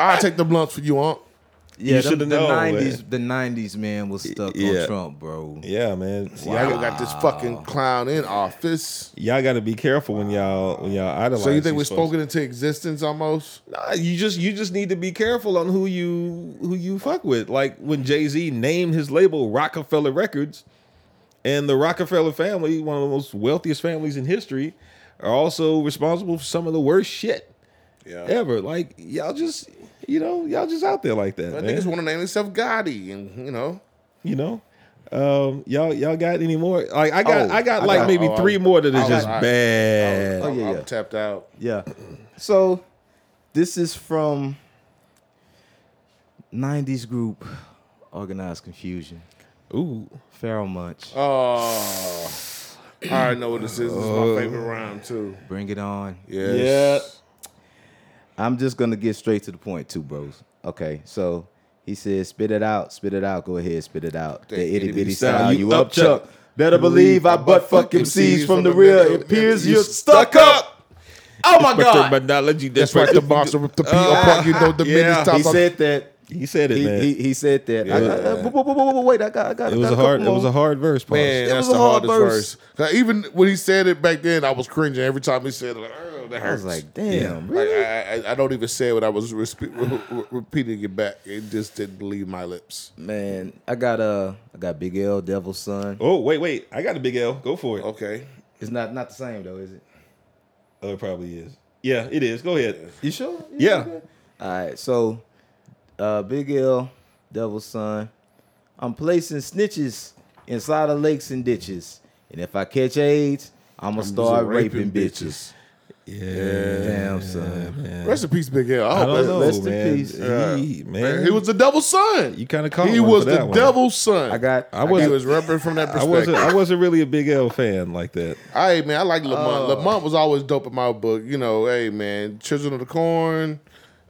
Speaker 6: I'll take the blunts for you, Unc.
Speaker 5: Yeah,
Speaker 7: You
Speaker 5: them-
Speaker 7: shoulda
Speaker 5: the
Speaker 7: known, man.
Speaker 5: nineties. The nineties, man, was stuck
Speaker 7: Yeah.
Speaker 5: on Trump, bro.
Speaker 7: yeah, man. See,
Speaker 6: Y'all got this fucking clown in office.
Speaker 7: y'all got to be careful when y'all when y'all idolize.
Speaker 6: So you think we're
Speaker 7: these folks.
Speaker 6: spoken into existence almost?
Speaker 7: Nah, you just you just need to be careful on who you who you fuck with. Like when Jay Z named his label Rockefeller Records, and the Rockefeller family, one of the most wealthiest families in history, are also responsible for some of the worst shit
Speaker 6: Yeah.
Speaker 7: ever. Like y'all just you know y'all just out there like that,
Speaker 6: But
Speaker 7: man.
Speaker 6: niggas want to name themselves Gotti, and you know.
Speaker 7: you know. Um, y'all y'all got any more? Like I got
Speaker 6: Oh,
Speaker 7: I got
Speaker 6: I
Speaker 7: like
Speaker 6: got-
Speaker 7: maybe
Speaker 6: oh, I-
Speaker 7: three more that
Speaker 6: I
Speaker 7: is
Speaker 6: was-
Speaker 7: just
Speaker 6: I-
Speaker 7: bad.
Speaker 5: Oh, yeah,
Speaker 6: I'm
Speaker 5: yeah.
Speaker 6: tapped out.
Speaker 5: Yeah. So this is from 90s group Organized Confusion.
Speaker 7: Ooh,
Speaker 5: Pharaoh Munch.
Speaker 7: Uh,
Speaker 6: Oh, I already know what this is. This is my favorite rhyme too.
Speaker 5: Bring it on.
Speaker 6: Yes.
Speaker 5: I'm just gonna get straight to the point too, bros. Okay, so he says, spit it out, spit it out, go ahead, spit it out. The itty bitty style, you up chuck. Better believe I butt fuck MCs from the rear. It appears you're stuck up. Oh my
Speaker 7: Respect
Speaker 5: god.
Speaker 7: the biology.
Speaker 6: That's right. The boxer ripped the pee apart. You know the
Speaker 7: yeah.
Speaker 6: minutes top.
Speaker 5: Uh, He said that.
Speaker 7: He said it,
Speaker 5: He,
Speaker 7: man.
Speaker 5: he, he said that. I, uh, I, I, wait, wait, wait, wait, I got, I got.
Speaker 7: It was a hard. It was a hard verse. Paul.
Speaker 6: Man,
Speaker 5: It was
Speaker 6: that's
Speaker 5: a
Speaker 6: the
Speaker 5: hard
Speaker 6: hardest verse.
Speaker 5: verse.
Speaker 6: Now, even when he said it back then, I was cringing every time he said it. Like, oh, that
Speaker 5: I
Speaker 6: hurts.
Speaker 5: was like, damn, really?
Speaker 6: Like, I, I, I don't even say what I was respe- re- re- repeating it back. It just didn't leave my lips.
Speaker 5: Man, I got uh, I got Big L, Devil's Son.
Speaker 7: Oh wait, wait! I got a big L. Go for it.
Speaker 6: Okay.
Speaker 5: It's not not the same though, is it?
Speaker 7: Oh, it probably is. Yeah, it is. Go ahead.
Speaker 5: You sure?
Speaker 7: Yeah.
Speaker 5: All right, so uh, Big L, Devil's Son. I'm placing snitches inside of lakes and ditches, and if I catch AIDS, I'ma start raping, bitches.
Speaker 7: Yeah,
Speaker 5: Damn son,
Speaker 6: Rest in peace, Big L. I
Speaker 7: I
Speaker 6: hope
Speaker 7: don't
Speaker 6: that-
Speaker 7: know,
Speaker 5: Rest in
Speaker 7: man.
Speaker 5: peace.
Speaker 7: He, man,
Speaker 6: He was the devil's son.
Speaker 7: You kinda caught
Speaker 6: He
Speaker 7: one
Speaker 6: was
Speaker 7: for
Speaker 6: the
Speaker 7: that one.
Speaker 6: devil's son.
Speaker 5: I got.
Speaker 7: I
Speaker 6: He
Speaker 7: wasn't.
Speaker 6: was rapping from that
Speaker 7: I
Speaker 6: perspective.
Speaker 7: wasn't. I wasn't really a big L fan like that.
Speaker 6: Hey man, I like
Speaker 5: Uh.
Speaker 6: Lamont. Lamont was always dope in my book. You know, hey man, Children of the Corn.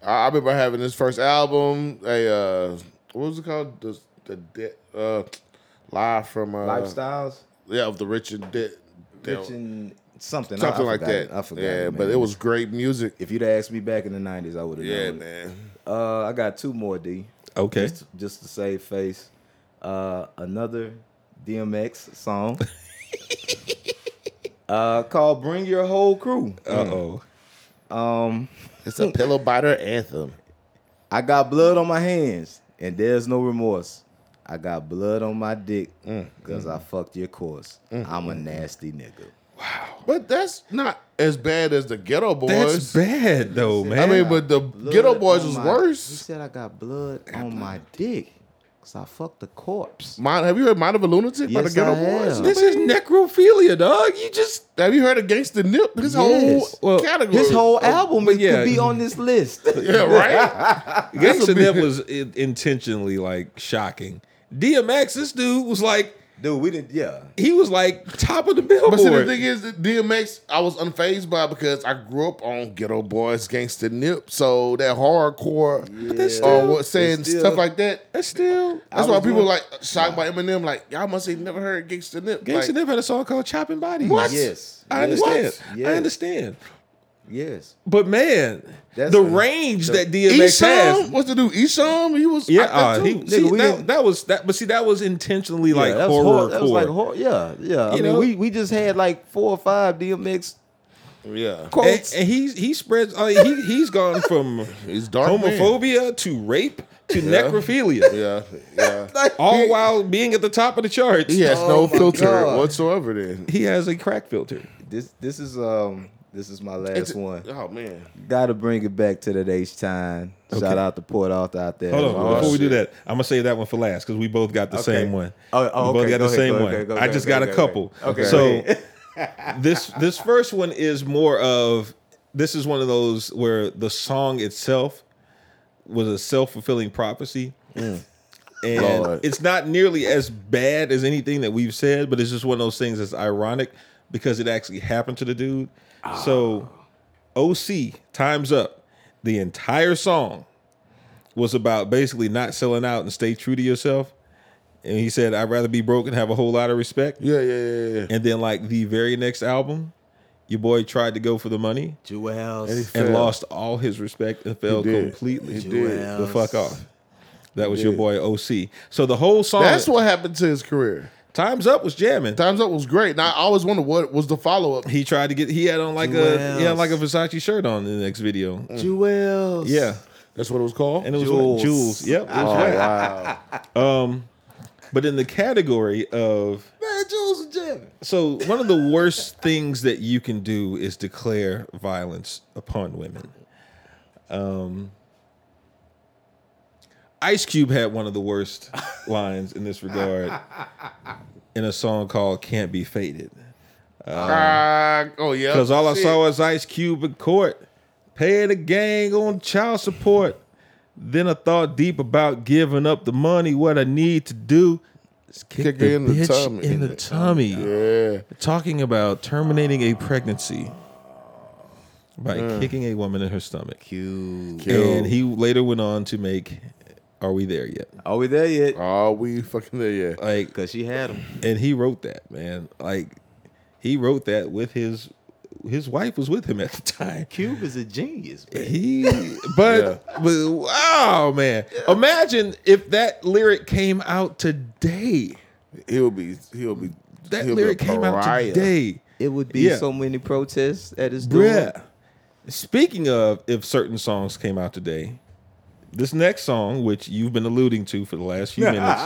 Speaker 6: I, I remember having his first album. Hey, uh, what was it called? The, the de- uh, live from uh,
Speaker 5: lifestyles,
Speaker 6: Yeah, of the rich and dead.
Speaker 5: bitch, and something, I- I
Speaker 6: something like
Speaker 5: forgot it.
Speaker 6: that.
Speaker 5: I forgot.
Speaker 6: Yeah,
Speaker 5: man.
Speaker 6: but it was great music.
Speaker 5: If you'd asked me back in the '90s, I would have.
Speaker 6: Yeah,
Speaker 5: known it.
Speaker 6: man.
Speaker 5: Uh, I got two more D.
Speaker 7: Okay.
Speaker 5: Just, just to save face. Uh, another DMX song. uh, called "Bring Your Whole Crew."
Speaker 7: Uh oh.
Speaker 5: Um,
Speaker 6: It's a pillow biter anthem.
Speaker 5: I got blood on my hands, and there's no remorse. I got blood on my dick because I fucked your course. I'm a nasty nigga.
Speaker 6: But that's not as bad as the Ghetto
Speaker 7: That's
Speaker 6: Boys.
Speaker 7: bad though, man.
Speaker 6: I mean, but the Ghetto
Speaker 5: Blood
Speaker 6: Boys
Speaker 5: on
Speaker 6: was
Speaker 5: oh my- He
Speaker 6: worse.
Speaker 5: said I got blood on my dick because I fucked the corpse.
Speaker 6: Mind, have you heard "Mind of a Lunatic" by the
Speaker 5: Yes,
Speaker 6: Ghetto
Speaker 5: I
Speaker 6: Boys?
Speaker 5: have.
Speaker 7: this is necrophilia, dog. You just
Speaker 6: Have you heard of Gangsta Nip?
Speaker 5: Yes.
Speaker 6: His whole
Speaker 7: Well,
Speaker 6: category.
Speaker 5: His whole album
Speaker 7: but
Speaker 5: could
Speaker 7: yeah.
Speaker 5: be on this list.
Speaker 6: Yeah, right?
Speaker 7: Gangsta
Speaker 6: would be-
Speaker 7: Nip was in- intentionally like shocking. DMX, this dude was like
Speaker 5: Dude, we didn't. Yeah,
Speaker 7: he was like top of the billboard.
Speaker 6: but see, the thing is, that DMX, I was unfazed by because I grew up on Ghetto Boys, Gangsta Nip. So that hardcore
Speaker 7: that's
Speaker 6: or
Speaker 7: still-
Speaker 6: Oh, what saying
Speaker 5: it's still-
Speaker 6: stuff like that.
Speaker 7: that's still
Speaker 6: That's
Speaker 5: I
Speaker 6: why
Speaker 5: was
Speaker 6: people
Speaker 5: one-
Speaker 6: like shocked by Eminem. Like y'all must have never heard Gangsta Nip.
Speaker 7: Gangsta
Speaker 6: like,
Speaker 7: Nip had a song called "Chopping Bodies."
Speaker 6: What?
Speaker 5: Yes.
Speaker 7: I
Speaker 5: Yes.
Speaker 7: understand.
Speaker 5: What? Yes.
Speaker 7: I understand.
Speaker 5: yes.
Speaker 7: But man,
Speaker 5: That's-
Speaker 7: the range that DMX
Speaker 6: Esham,
Speaker 7: has.
Speaker 6: E what's the dude? Esham, he was
Speaker 7: Yeah,
Speaker 6: like that
Speaker 7: uh,
Speaker 6: too.
Speaker 7: he,
Speaker 5: Nigga,
Speaker 7: see,
Speaker 5: we
Speaker 7: that,
Speaker 5: didn't-
Speaker 7: that was that, but see, that was intentionally like
Speaker 5: Yeah, that was
Speaker 7: horror.
Speaker 5: hor- That was like
Speaker 7: core.
Speaker 5: horror. Yeah, yeah. I
Speaker 7: You
Speaker 5: mean,
Speaker 7: know?
Speaker 5: we we just had like four or five DMX
Speaker 6: yeah,
Speaker 5: quotes.
Speaker 7: and, and he he spreads. I mean, he he's gone from
Speaker 6: he's dark Oh, man.
Speaker 7: homophobia to rape to necrophilia,
Speaker 6: Yeah, yeah.
Speaker 7: all while being at the top of the charts.
Speaker 6: He has
Speaker 5: Oh
Speaker 6: no
Speaker 5: my
Speaker 6: filter
Speaker 5: God.
Speaker 6: whatsoever. Then
Speaker 7: he has a crack filter.
Speaker 5: this this is um this is my last one.
Speaker 6: Oh man,
Speaker 5: Got to bring it back to that H time. Shout out to Port Arthur out there.
Speaker 7: Hold on,
Speaker 5: Oh,
Speaker 7: before we do
Speaker 5: shit.
Speaker 7: that, I'm gonna save that one for last because we both got the
Speaker 5: Okay.
Speaker 7: same one.
Speaker 5: Oh, oh,
Speaker 7: we both
Speaker 5: okay,
Speaker 7: got
Speaker 5: go
Speaker 7: the
Speaker 5: ahead,
Speaker 7: same
Speaker 5: go
Speaker 7: one.
Speaker 5: ahead, go
Speaker 7: I
Speaker 5: ahead,
Speaker 7: just
Speaker 5: go
Speaker 7: got
Speaker 5: ahead,
Speaker 7: a
Speaker 5: go
Speaker 7: couple.
Speaker 5: ahead. Okay,
Speaker 7: so this this first one is more of this is one of those
Speaker 5: Mm.
Speaker 7: where the song itself was a self fulfilling prophecy. And
Speaker 6: Lord.
Speaker 7: it's not nearly as bad as anything that we've said, but it's just one of those things that's ironic because it actually happened to the dude. So,
Speaker 5: Ah.
Speaker 7: OC, Time's Up, the entire song was about basically not selling out and stay true to yourself. And he said, I'd rather be broke and have a whole lot of respect.
Speaker 6: Yeah, yeah, yeah, yeah.
Speaker 7: And then, like, the very next album, your boy tried to go for the money
Speaker 5: Jewels.
Speaker 7: and
Speaker 6: Fail.
Speaker 7: lost all his respect and fell
Speaker 6: did.
Speaker 7: completely
Speaker 6: He did.
Speaker 7: the fuck off. That was your boy OC. So the whole song
Speaker 6: That's what happened to his career.
Speaker 7: Time's Up was jamming.
Speaker 6: Times Up was great. And I always wonder what was the follow up.
Speaker 7: He tried to get he had on like a
Speaker 5: Jewels.
Speaker 7: he had like a Versace shirt on in the next video.
Speaker 6: Mm.
Speaker 5: Jewels. Oh,
Speaker 7: Yeah.
Speaker 6: That's what it was called.
Speaker 7: And it was Jules.
Speaker 5: Jewels.
Speaker 7: Jules. Yep. it was whack.
Speaker 6: wow.
Speaker 7: But in the category of
Speaker 5: Man, Jewels and Jim.
Speaker 7: so one of the worst things that you can do is declare violence upon women. Um Ice Cube had one of the worst lines in this regard in a song called Can't Be Faded.
Speaker 6: Ah, oh yeah.
Speaker 7: Because all I
Speaker 6: Shit.
Speaker 7: saw was Ice Cube in court, paying the gang on child support. Then I thought deep about giving up the money. What I need to do is kick,
Speaker 6: Kick her
Speaker 7: the
Speaker 6: in the
Speaker 7: bitch
Speaker 6: tummy.
Speaker 7: in the tummy.
Speaker 6: Yeah.
Speaker 7: Talking about terminating a pregnancy by
Speaker 6: Hmm.
Speaker 7: kicking a woman in her stomach.
Speaker 5: Cute.
Speaker 7: And he later went on to make "Are We There Yet?"
Speaker 5: Are we there
Speaker 7: Oh.
Speaker 5: yet?
Speaker 6: Are Oh, we fucking there yet?
Speaker 7: Like
Speaker 5: Cause she had him.
Speaker 7: and he wrote that man like he wrote that with his his wife was with him at the time
Speaker 5: Cube is a genius. Man.
Speaker 7: he but, but wow man imagine if that lyric came out today
Speaker 6: He'll be he'll be
Speaker 7: that
Speaker 6: he'll be a
Speaker 7: lyric came out
Speaker 6: pariah.
Speaker 7: today
Speaker 5: It would be
Speaker 7: Yeah.
Speaker 5: so many protests at his door.
Speaker 7: bruh speaking of if certain songs came out today this next song which you've been alluding to for the last few minutes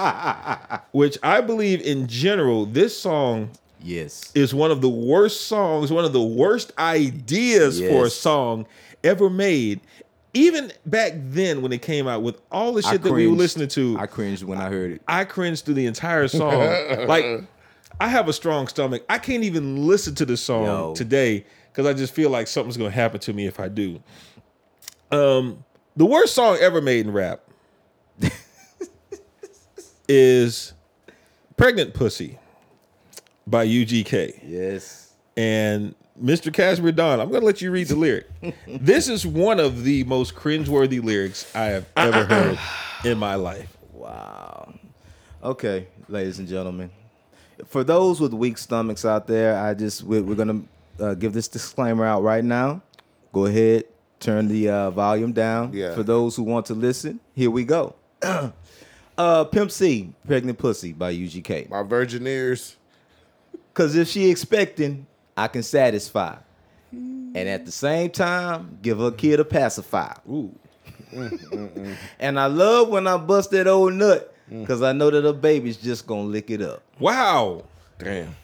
Speaker 7: which i believe in general this song
Speaker 5: Yes.
Speaker 7: is one of the worst songs, one of the worst ideas for a
Speaker 5: Yes.
Speaker 7: song ever made. Even back then, when it came out with all the
Speaker 5: I
Speaker 7: shit that we were
Speaker 5: cringed.
Speaker 7: listening to,
Speaker 5: I cringed when I heard it.
Speaker 7: I cringed through the entire song. like, I have a strong stomach. I can't even listen to this song
Speaker 5: Yo.
Speaker 7: today because I just feel like something's going to happen to me if I do. Um, the worst song ever made in rap is "Pregnant Pussy" by UGK
Speaker 5: Yes.
Speaker 7: and Mr. Casimir Don, I'm going to let you read the lyric. this is one of the most cringeworthy lyrics I have ever heard in my life.
Speaker 5: Wow. Okay, ladies and gentlemen. For those with weak stomachs out there, I just we- we're gonna uh, give this disclaimer out right now. Go ahead, turn the uh, volume down.
Speaker 6: Yeah.
Speaker 5: For those who want to listen, here we go. uh, Pimp C, "Pregnant Pussy" by UGK.
Speaker 6: My virgin ears.
Speaker 5: Cause if she expecting, I can satisfy, and at the same time give her kid a pacifier.
Speaker 7: Ooh.
Speaker 5: And I love when I bust that old nut, cause I know that her baby's just gonna lick it up.
Speaker 7: Wow.
Speaker 6: Damn.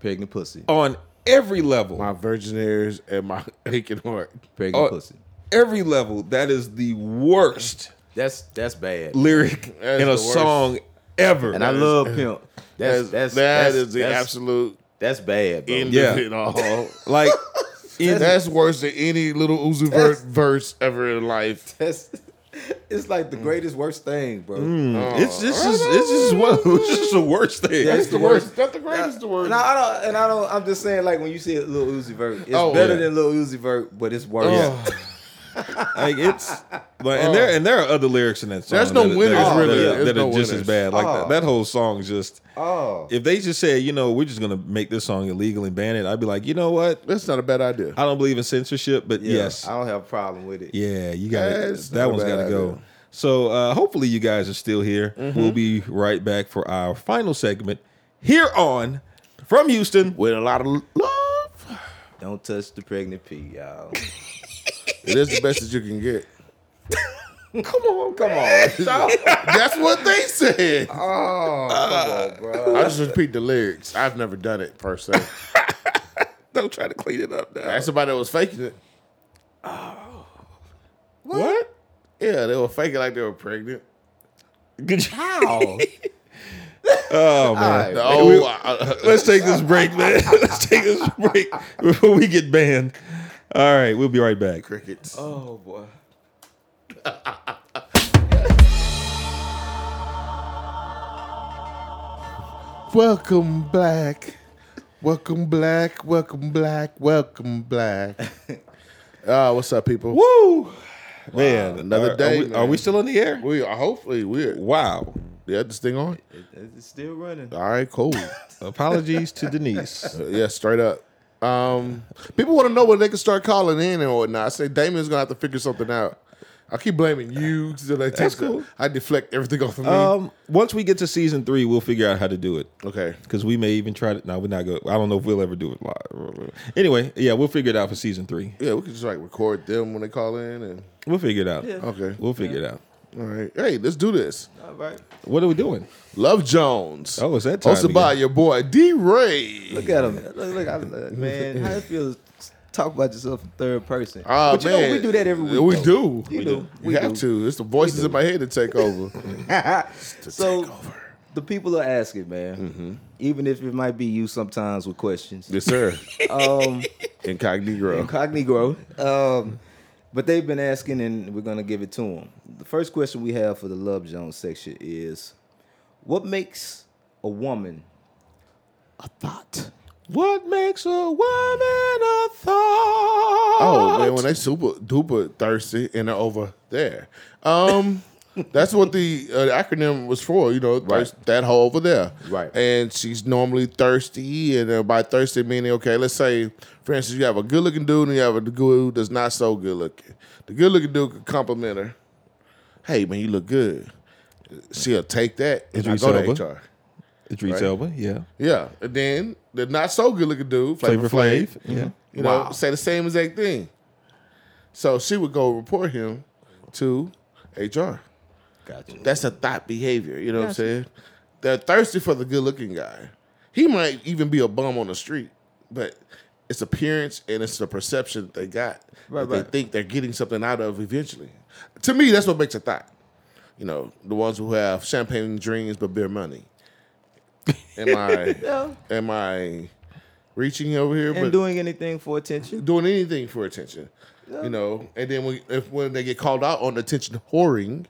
Speaker 5: Pregnant pussy.
Speaker 7: On every level,
Speaker 6: My virgin ears and my aching heart.
Speaker 5: Pregnant
Speaker 7: Oh.
Speaker 5: pussy.
Speaker 7: every level, that is the worst
Speaker 5: That's that's bad.
Speaker 7: lyric
Speaker 6: That is
Speaker 7: in
Speaker 6: the
Speaker 7: a
Speaker 6: worst.
Speaker 7: song ever.
Speaker 5: And I love pimp. That's that's
Speaker 6: That's, that's,
Speaker 5: that's,
Speaker 6: the
Speaker 5: that's,
Speaker 6: absolute
Speaker 5: That's bad, bro.
Speaker 6: end
Speaker 7: Yeah.
Speaker 6: of it all.
Speaker 7: like in,
Speaker 6: that's worse than any little Uzi Vert verse ever in life.
Speaker 5: That's it's like the
Speaker 6: Mm.
Speaker 5: greatest worst thing, bro.
Speaker 6: Oh.
Speaker 7: it's this is it's just one it's just the worst thing.
Speaker 5: That's
Speaker 6: That's the worst. That's the greatest word.
Speaker 5: And I, I don't, and I don't. I'm just saying, like when you see a little Uzi Vert, it's
Speaker 6: Oh,
Speaker 5: better
Speaker 6: yeah. Oh.
Speaker 5: than little Uzi Vert, but it's worse.
Speaker 7: Yeah. like it's but and there and there are other lyrics in that song.
Speaker 6: There's no
Speaker 7: that- that-
Speaker 6: winners,
Speaker 7: that-
Speaker 6: really.
Speaker 7: that-
Speaker 6: There's
Speaker 7: that are
Speaker 6: no
Speaker 7: just as
Speaker 6: winners.
Speaker 7: bad. Like that,
Speaker 5: Oh.
Speaker 7: that whole song just
Speaker 5: Oh,
Speaker 7: if they just said, you know, we're just gonna make this song illegal and ban it, I'd be like, you know what?
Speaker 6: That's not a bad idea.
Speaker 7: I don't believe in censorship, but
Speaker 5: yeah,
Speaker 7: yes,
Speaker 5: I don't have a problem with it.
Speaker 7: yeah, you got it.
Speaker 6: That's not
Speaker 7: That
Speaker 6: a
Speaker 7: one's
Speaker 6: bad Mm-hmm.
Speaker 7: got to go.
Speaker 6: idea.
Speaker 7: So uh, hopefully you guys are still here. We'll be right back for our final segment here on from Houston.
Speaker 6: With a lot of love,
Speaker 5: Don't touch the pregnant pee, y'all.
Speaker 6: it is the best that you can get.
Speaker 5: come on, come on,
Speaker 6: That's what they said.
Speaker 5: oh, come on, bro.
Speaker 6: I just repeat the lyrics. I've never done it per se.
Speaker 7: Don't try to clean it up now.
Speaker 6: That's somebody that was faking it.
Speaker 7: What?
Speaker 6: Yeah, they were faking like they were pregnant.
Speaker 7: Good job.
Speaker 5: Ow.
Speaker 7: Oh man.
Speaker 6: The
Speaker 5: All right.
Speaker 6: old, uh,
Speaker 7: Let's take this break, man. Let's take this break before we get banned. All right, we'll be right back.
Speaker 6: crickets.
Speaker 5: Oh boy.
Speaker 6: Welcome black. Welcome black. Welcome black. Welcome black. Uh, what's up, people?
Speaker 7: Woo! Man,
Speaker 6: another
Speaker 7: are-
Speaker 6: day,
Speaker 7: Are we,
Speaker 6: man.
Speaker 7: are we still on the air?
Speaker 6: We are hopefully we're
Speaker 7: Wow.
Speaker 6: yeah, this thing on.
Speaker 5: It's still running.
Speaker 6: All right, cool. Uh,
Speaker 7: Apologies to Denise.
Speaker 6: yeah, straight up. Um, people want to know when they can start calling in and whatnot. I say Damon's gonna have to figure something out. I keep blaming you. So that
Speaker 7: That's cool.
Speaker 6: I deflect everything off of me.
Speaker 7: Um, once we get to season three, we'll figure out how to do it.
Speaker 6: okay.
Speaker 7: Because we may even try to. No, we're not going. I don't know if we'll ever do it live. Anyway, yeah, we'll figure it out for season three.
Speaker 6: Yeah, we can just like record them when they call in and
Speaker 7: We'll figure it out.
Speaker 6: okay.
Speaker 7: We'll figure it out.
Speaker 6: All right. Hey, let's do this.
Speaker 5: All right.
Speaker 7: What are we doing?
Speaker 6: Love Jones.
Speaker 7: Oh, it's that time
Speaker 6: Hosted by your boy D Ray.
Speaker 5: Look at him. Look, look, I, look, man. How it feels to talk about yourself in third person.
Speaker 6: Ah,
Speaker 5: but you
Speaker 6: man.
Speaker 5: know, we do that every week.
Speaker 6: We
Speaker 5: though.
Speaker 6: do.
Speaker 5: You
Speaker 6: we
Speaker 5: know,
Speaker 6: do.
Speaker 5: we
Speaker 6: you have to. It's the voices in my head that take over.
Speaker 5: so the people are asking, man.
Speaker 7: Mm-hmm.
Speaker 5: Even if it might be you sometimes with questions.
Speaker 6: yes, sir.
Speaker 5: Um,
Speaker 6: Incognito.
Speaker 5: Incognito. Um, but they've been asking, and we're gonna give it to them. The first question we have for the Love Jones section is, what makes a woman a thought?
Speaker 7: What makes a woman a thought?
Speaker 6: Oh man, when they super duper thirsty and they're over there. Um, that's what the uh, acronym was for. You know, thirst, that hole over there.
Speaker 5: Right.
Speaker 6: And she's normally thirsty, and uh, by thirsty meaning, okay, let's say, for instance, you have a good looking dude and you have a dude who that's not so good looking. The good looking dude could compliment her. Hey man, you look good. She'll take that and
Speaker 7: Idris
Speaker 6: not go
Speaker 7: Elba.
Speaker 6: to HR.
Speaker 7: Idris
Speaker 6: Right.
Speaker 7: Elba, yeah.
Speaker 6: Yeah. And then the not so good looking dude,
Speaker 7: Flavor
Speaker 6: Flavor Flav, Mm-hmm.
Speaker 7: Flav, yeah.
Speaker 6: you know, say the same exact thing. So she would go report him to HR.
Speaker 5: Gotcha.
Speaker 6: That's a thought behavior. You know what I'm saying? They're thirsty for the good looking guy. He might even be a bum on the street, but it's appearance and it's the perception that they got.
Speaker 5: Right,
Speaker 6: that They
Speaker 5: right.
Speaker 6: think they're getting something out of eventually. To me, that's what makes a thought. You know, the ones who have champagne dreams but beer money. Am I am I reaching over here?
Speaker 5: And doing anything for attention.
Speaker 6: doing anything for attention, you know. And then when if when they get called out on attention whoring,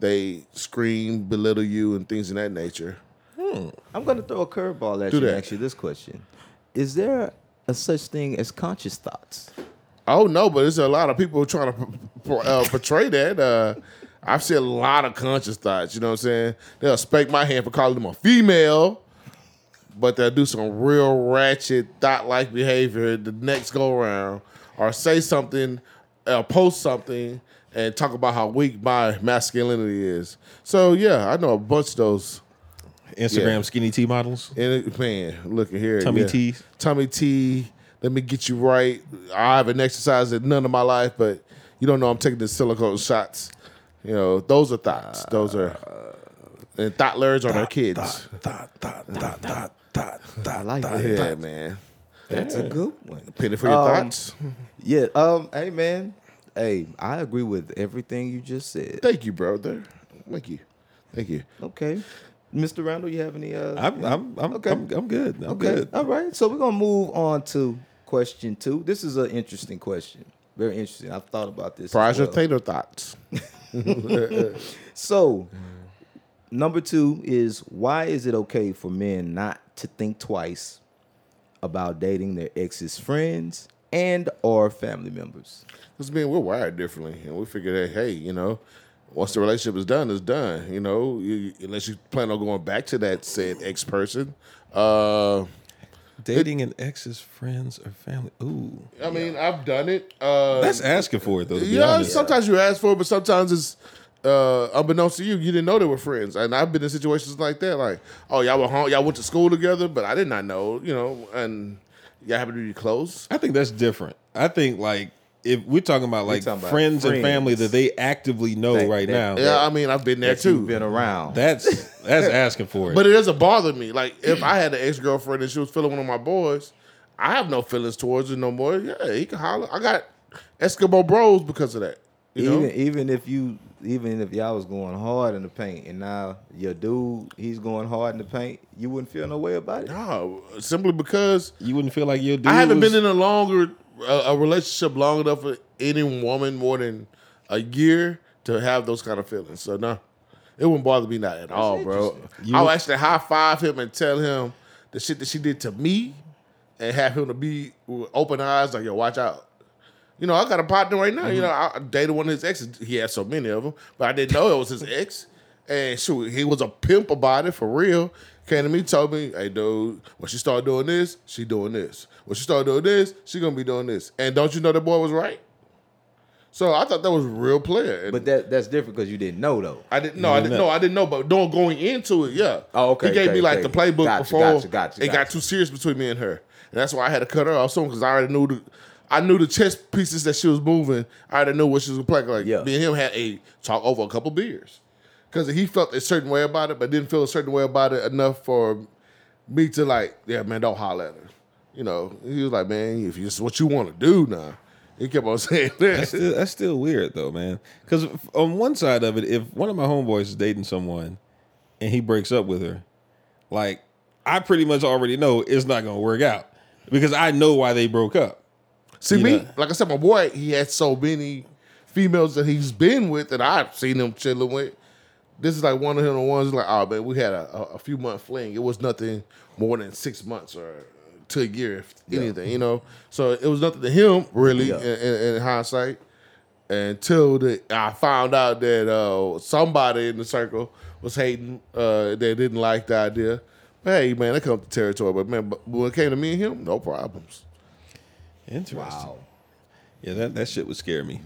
Speaker 6: they scream, belittle you, and things of that nature.
Speaker 5: I'm gonna throw a curveball at
Speaker 6: Do
Speaker 5: you
Speaker 6: that.
Speaker 5: and ask you this question: Is there a such thing as conscious thoughts?
Speaker 6: Oh no, but there's a lot of people trying to p- p- uh, portray that. Uh, I've seen a lot of conscious thoughts. You know what I'm saying? They'll spank my hand for calling them a female, but they'll do some real ratchet thought like behavior the next go around, or say something, uh, post something, and talk about how weak my masculinity is. So yeah, I know a bunch of those.
Speaker 7: Instagram
Speaker 6: Yeah.
Speaker 7: skinny T models.
Speaker 6: And it- man, look at here.
Speaker 7: Tummy
Speaker 6: yeah.
Speaker 7: tees.
Speaker 6: Tummy T. Let me get you right. I haven't exercised in none of my life, but you don't know I'm taking the silicone shots. You know, those are thoughts. Those are and thought lures on our kids.
Speaker 5: I like
Speaker 6: yeah,
Speaker 5: that.
Speaker 6: man.
Speaker 5: That's a good one.
Speaker 6: Pity for your
Speaker 5: Um,
Speaker 6: thoughts.
Speaker 5: Yeah. Um. Hey, man. Hey, I agree with everything you just said.
Speaker 6: Thank you, brother. Thank you. Thank you.
Speaker 5: Okay, Mr. Randall, you have any? Uh,
Speaker 7: I'm I'm I'm,
Speaker 5: Okay.
Speaker 7: I'm, I'm good. I'm
Speaker 5: Okay.
Speaker 7: good.
Speaker 5: All right. So we're gonna move on to question two. This is an interesting question. Very interesting. I've thought about this. as
Speaker 6: Project
Speaker 5: well.
Speaker 6: Taylor thoughts.
Speaker 5: So number two is why is it okay for men not to think twice about dating their ex's friends and or family members?
Speaker 6: Because man, we're wired differently, and we figure that hey, you know, once the relationship is done, it's done. You know, you, you- unless you plan on going back to that said ex person. Uh,
Speaker 7: Dating an ex's friends or family. Ooh.
Speaker 6: I mean, I've done it. Uh,
Speaker 7: That's asking for it though. To be
Speaker 6: yeah.
Speaker 7: honest.
Speaker 6: Sometimes you ask for it, but sometimes it's uh, unbeknownst to you, you didn't know they were friends. And I've been in situations like that, like oh, y'all were home, y'all went to school together, but I did not know, you know, and y'all happen to be close.
Speaker 7: I think that's different. I think like if we're talking about like
Speaker 5: talking about
Speaker 7: friends, and
Speaker 5: friends.
Speaker 7: family that they actively know
Speaker 5: That-
Speaker 7: right
Speaker 5: that-
Speaker 7: now,
Speaker 6: Yeah, I mean, I've been there
Speaker 5: That you've
Speaker 6: too.
Speaker 5: been around.
Speaker 7: that's that's asking for it.
Speaker 6: But it doesn't bother me. Like if I had an ex girlfriend and she was feeling one of my boys, I have no feelings towards her no more. Yeah, he can holler. I got Eskimo Bros because of that. You
Speaker 5: even
Speaker 6: know,
Speaker 5: even if you even if y'all was going hard in the paint and now your dude he's going hard in the paint, you wouldn't feel no way about it.
Speaker 6: no, simply because
Speaker 7: you wouldn't feel like you're.
Speaker 6: I haven't been in a longer a, a relationship long enough for any woman more than a year to have those kind of feelings. So no, It wouldn't bother me not at all, bro. I'll actually high five him and tell him the shit that she did to me, and have him to be with open eyes like, yo, watch out. You know, I got a partner right now. You know, I I dated one of his exes. He had so many of them, but I didn't know it was his ex. And shoot, he was a pimp about it for real. Came to me, told me, "Hey, dude, when she start doing this, she doing this. When she start doing this, she gonna be doing this." And don't you know the boy was right? So I thought that was real player. And
Speaker 5: But that that's different because you didn't know though.
Speaker 6: I didn't know. I didn't know. I didn't know. But don't going into it, yeah.
Speaker 5: Oh, okay,
Speaker 6: He gave
Speaker 5: okay,
Speaker 6: me like
Speaker 5: okay.
Speaker 6: the playbook
Speaker 5: Gotcha,
Speaker 6: before
Speaker 5: gotcha, gotcha,
Speaker 6: it got
Speaker 5: gotcha.
Speaker 6: too serious between me and her, and that's why I had to cut her off soon because I already knew the, I knew the chess pieces that she was moving. I already knew what she was gonna play. Like
Speaker 5: Yeah.
Speaker 6: me and him had a talk over a couple beers because he felt a certain way about it, but didn't feel a certain way about it enough for me to like, yeah, man, don't holler at her. You know, he was like, man, if it's what you want to do now, he kept on saying
Speaker 7: That's
Speaker 6: that.
Speaker 7: still, that's still weird though, man. Because on one side of it, if one of my homeboys is dating someone and he breaks up with her, like I pretty much already know it's not gonna work out because I know why they broke up.
Speaker 6: See
Speaker 7: You
Speaker 6: me,
Speaker 7: know?
Speaker 6: like I said, my boy, he had so many females that he's been with that I've seen him chilling with. This is like one of him the ones like, oh man, we had a, a, a few month fling. It was nothing more than six months or to a year, if anything, you know. So it was nothing to him really
Speaker 5: Yeah.
Speaker 6: in, in, in hindsight. Until the, I found out that uh, somebody in the circle was hating, uh, they didn't like the idea. Hey man, that comes to territory. But man, but when it came to me and him, no problems.
Speaker 7: Interesting. Yeah, that, that shit would scare me.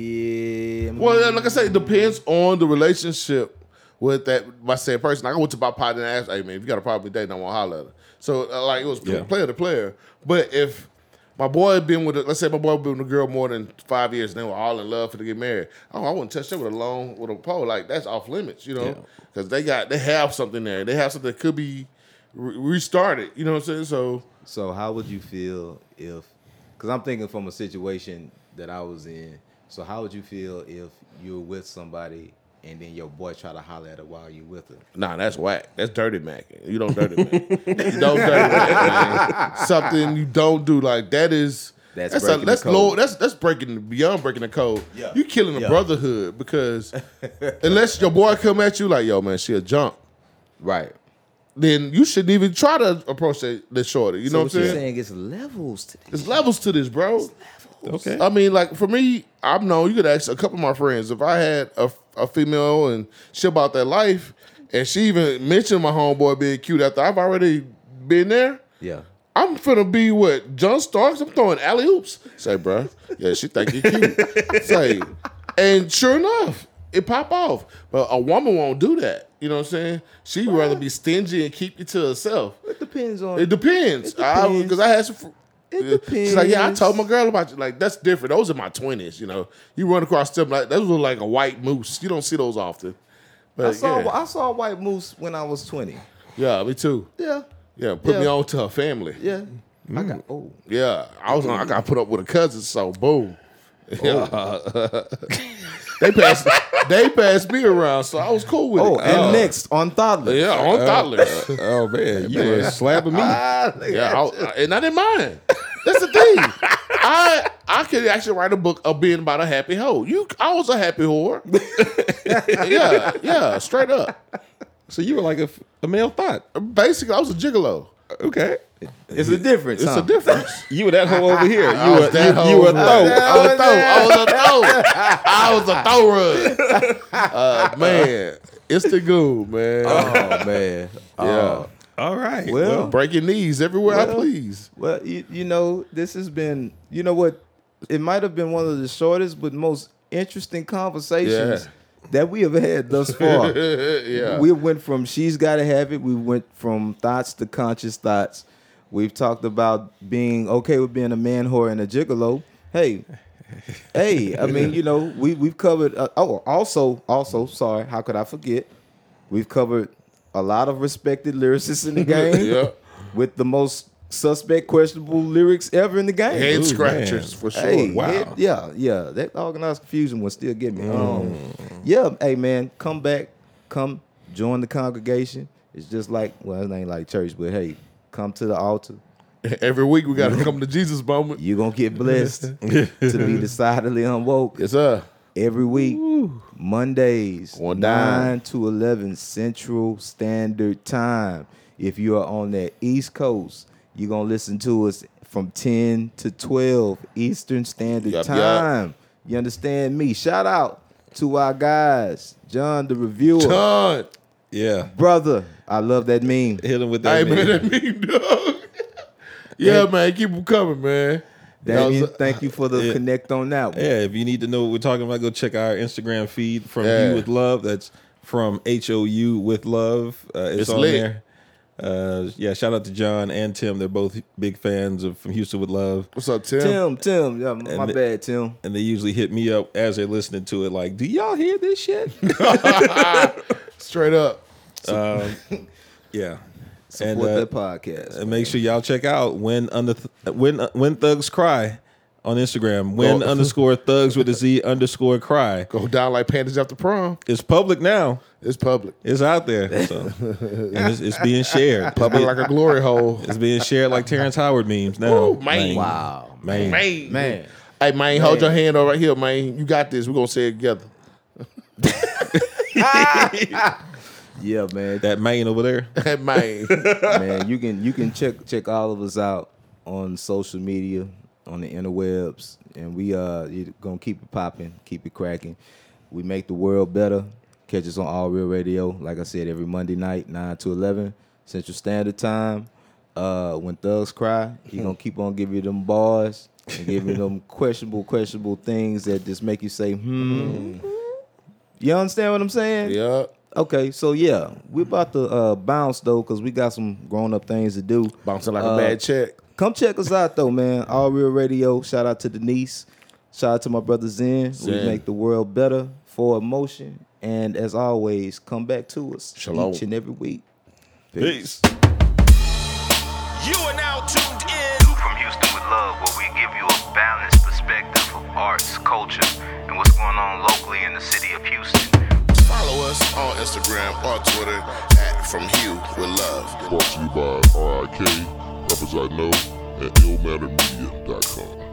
Speaker 5: Yeah.
Speaker 6: Well, yeah, like I said, it depends on the relationship with that my said person. Like I went to my partner and asked, "Hey man, if you got a problem with dating, I want to holler at her." So uh, like it was
Speaker 7: Yeah.
Speaker 6: player to player. But if my boy had been with, a, let's say my boy had been with a girl more than five years, and they were all in love for to get married. Oh, I wouldn't touch them with a long with a pole. Like that's off limits, you know, because they got they have something there. They have something that could be re- restarted. You know what I'm saying? So
Speaker 5: So how would you feel if? Because I'm thinking from a situation that I was in. So how would you feel if you were with somebody and then your boy try to holler at her while you with her?
Speaker 6: Nah, that's whack. That's dirty Mac. You don't dirty Mac. you don't dirty Mac, man. Something you don't do like that is
Speaker 5: That's
Speaker 6: that's
Speaker 5: breaking the
Speaker 6: that's
Speaker 5: code.
Speaker 6: low. That's that's breaking beyond breaking the code.
Speaker 5: Yeah.
Speaker 6: You killing the
Speaker 5: Yeah.
Speaker 6: brotherhood because unless your boy come at you like yo man, she a jump.
Speaker 5: Right.
Speaker 6: Then you shouldn't even try to approach that, that shorter. You
Speaker 5: So
Speaker 6: know
Speaker 5: what
Speaker 6: what I'm
Speaker 5: you're
Speaker 6: saying?
Speaker 5: saying is levels to this.
Speaker 6: There's levels to this, bro.
Speaker 7: Okay.
Speaker 6: I mean, like for me, I'm known. You could ask a couple of my friends if I had a, a female and she about that life, and she even mentioned my homeboy being cute after I've already been there.
Speaker 5: Yeah.
Speaker 6: I'm finna be what John Starks. I'm throwing alley oops. Say, bruh, yeah, she think you cute. Say, and sure enough, it pop off. But a woman won't do that. You know what I'm saying? She'd rather be stingy and keep you to herself.
Speaker 5: It depends on.
Speaker 6: It depends.
Speaker 5: depends.
Speaker 6: Because I, had some. Fr-
Speaker 5: It
Speaker 6: Yeah. She's like, yeah, I
Speaker 5: depends.
Speaker 6: told my girl about you. Like, that's different. Those are my twenties. You know, you run across them like those look like a white moose. You don't see those often. But
Speaker 5: I saw
Speaker 6: yeah.
Speaker 5: I saw a white moose when I was 20.
Speaker 6: yeah, me too.
Speaker 5: Yeah.
Speaker 6: Yeah, put me
Speaker 5: Yeah.
Speaker 6: on to her family. Yeah,
Speaker 5: Yeah. I got oh.
Speaker 6: I was. I got put up with a cousin. So boom.
Speaker 5: Oh.
Speaker 6: they passed. they passed me around. So I was cool with
Speaker 5: Oh,
Speaker 6: it.
Speaker 5: and next Uh, on toddler.
Speaker 6: Yeah, on toddlers.
Speaker 7: oh man, you were slapping me.
Speaker 6: Yeah, I, I- and I didn't mind. That's the thing. I I could actually write a book of being about a happy hoe. You, I was a happy whore. yeah, yeah, straight up.
Speaker 7: So you were like a, f- a male thought.
Speaker 6: Basically, I was a gigolo.
Speaker 7: Okay.
Speaker 5: It's a difference.
Speaker 6: It's
Speaker 5: huh?
Speaker 6: a difference.
Speaker 7: You were that hoe over here. You
Speaker 6: was
Speaker 7: were
Speaker 6: that
Speaker 7: you, you
Speaker 6: hoe
Speaker 7: were a
Speaker 6: over
Speaker 7: throat.
Speaker 6: I was a throw. I was a throw. I was a throw rug. Uh, man, it's the goo, man.
Speaker 5: Oh man.
Speaker 6: yeah,
Speaker 5: Oh.
Speaker 7: All right.
Speaker 5: Well,
Speaker 6: break your knees everywhere I
Speaker 5: Well-
Speaker 6: please.
Speaker 5: Well, you, you know, this has been, you know what? It might have been one of the shortest but most interesting conversations that we have had thus far.
Speaker 6: yeah,
Speaker 5: We went from she's got to have it, we went from thoughts to conscious thoughts. We've talked about being okay with being a man whore and a gigolo. Hey, hey, I mean, you know, we, we've covered, uh, oh, also, also, sorry, how could I forget? We've covered a lot of respected lyricists in the game
Speaker 6: yeah.
Speaker 5: with the most suspect, questionable lyrics ever in the game.
Speaker 6: Head
Speaker 5: Ooh.
Speaker 6: scratchers for sure.
Speaker 5: Hey,
Speaker 7: Wow.
Speaker 5: head- yeah, yeah. That organized confusion would still get me. Um,
Speaker 6: Mm.
Speaker 5: yeah, hey man, come back, come join the congregation. It's just like well, it ain't like church, but hey, come to the altar.
Speaker 6: Every week we got to come to Jesus moment.
Speaker 5: You're gonna get blessed to be decidedly unwoke.
Speaker 6: Yes, sir.
Speaker 5: every week, Mondays,
Speaker 6: On dime.
Speaker 5: 9 to 11 Central Standard Time. If you are on that East Coast, you're going to listen to us from 10 to 12 Eastern Standard
Speaker 6: Yup, yup.
Speaker 5: Time. You understand me? Shout out to our guys, John the Reviewer.
Speaker 6: Done.
Speaker 7: Yeah.
Speaker 5: Brother, I love that meme.
Speaker 7: Hit him with
Speaker 6: Hey,
Speaker 7: that.
Speaker 6: man,
Speaker 7: man.
Speaker 6: that mean dog. yeah, man, keep them coming, man.
Speaker 5: That
Speaker 6: was-
Speaker 5: means- thank you for the
Speaker 7: Yeah.
Speaker 5: connect on that one.
Speaker 7: Yeah, if you need to know what we're talking about, go check our Instagram feed from
Speaker 6: Yeah.
Speaker 7: You with Love. That's from H O U with Love. Uh, it's,
Speaker 6: It's
Speaker 7: on
Speaker 6: lit.
Speaker 7: there. Uh, yeah, shout out to John and Tim. They're both big fans of From Houston with Love,
Speaker 6: What's up, Tim?
Speaker 5: Tim, Tim, yeah, my
Speaker 7: the-
Speaker 5: bad, Tim.
Speaker 7: and they usually hit me up as they're listening to it. Like, do y'all hear this shit?
Speaker 6: Straight up.
Speaker 7: yeah.
Speaker 5: Support
Speaker 7: uh,
Speaker 5: that podcast.
Speaker 7: And make sure y'all check out when under when uh, when thugs cry on Instagram. When
Speaker 6: Go-
Speaker 7: underscore thugs with a Z underscore cry.
Speaker 6: Go down like pandas after prom.
Speaker 7: It's public now.
Speaker 6: It's public.
Speaker 7: It's out there. So and it's, it's being shared.
Speaker 6: Public like a glory hole.
Speaker 7: It's being shared like Terrence Howard memes now.
Speaker 6: Ooh, man.
Speaker 5: wow,
Speaker 7: man.
Speaker 6: Man.
Speaker 5: man.
Speaker 6: Hey, man, hold your hand over right here, man. You got this. We're going to say it together.
Speaker 5: Yeah, man.
Speaker 7: That man over there.
Speaker 6: Hey, man.
Speaker 5: man, you can you can check check all of us out on social media, on the interwebs, and we uh you gonna keep it popping, keep it cracking. We make the world better. Catch us on All Real Radio, like I said, every Monday night, nine to eleven Central Standard Time. Uh, when thugs cry, he gonna keep on giving you them bars and giving you them questionable, questionable things that just make you say, hmm. You understand what I'm saying?
Speaker 6: yeah.
Speaker 5: Okay, so yeah, we're about to uh, bounce though, cause we got some grown up things to do.
Speaker 6: Bouncing like
Speaker 5: Uh,
Speaker 6: a bad check.
Speaker 5: Come check us out though, man. All Real Radio. Shout out to Denise. Shout out to my brother Zen. We
Speaker 6: Zen.
Speaker 5: make the world better for emotion. And as always, come back to us
Speaker 6: Shalom.
Speaker 5: each and every week.
Speaker 7: Peace.
Speaker 1: You are now tuned in.
Speaker 2: From Houston with Love, where we give you a balanced perspective of arts, culture, and what's going on locally in the city of Houston.
Speaker 3: Follow us on Instagram or Twitter at From Hugh with Love.
Speaker 4: Brought to you by RIK, rappers I know, and illmattermedia.com.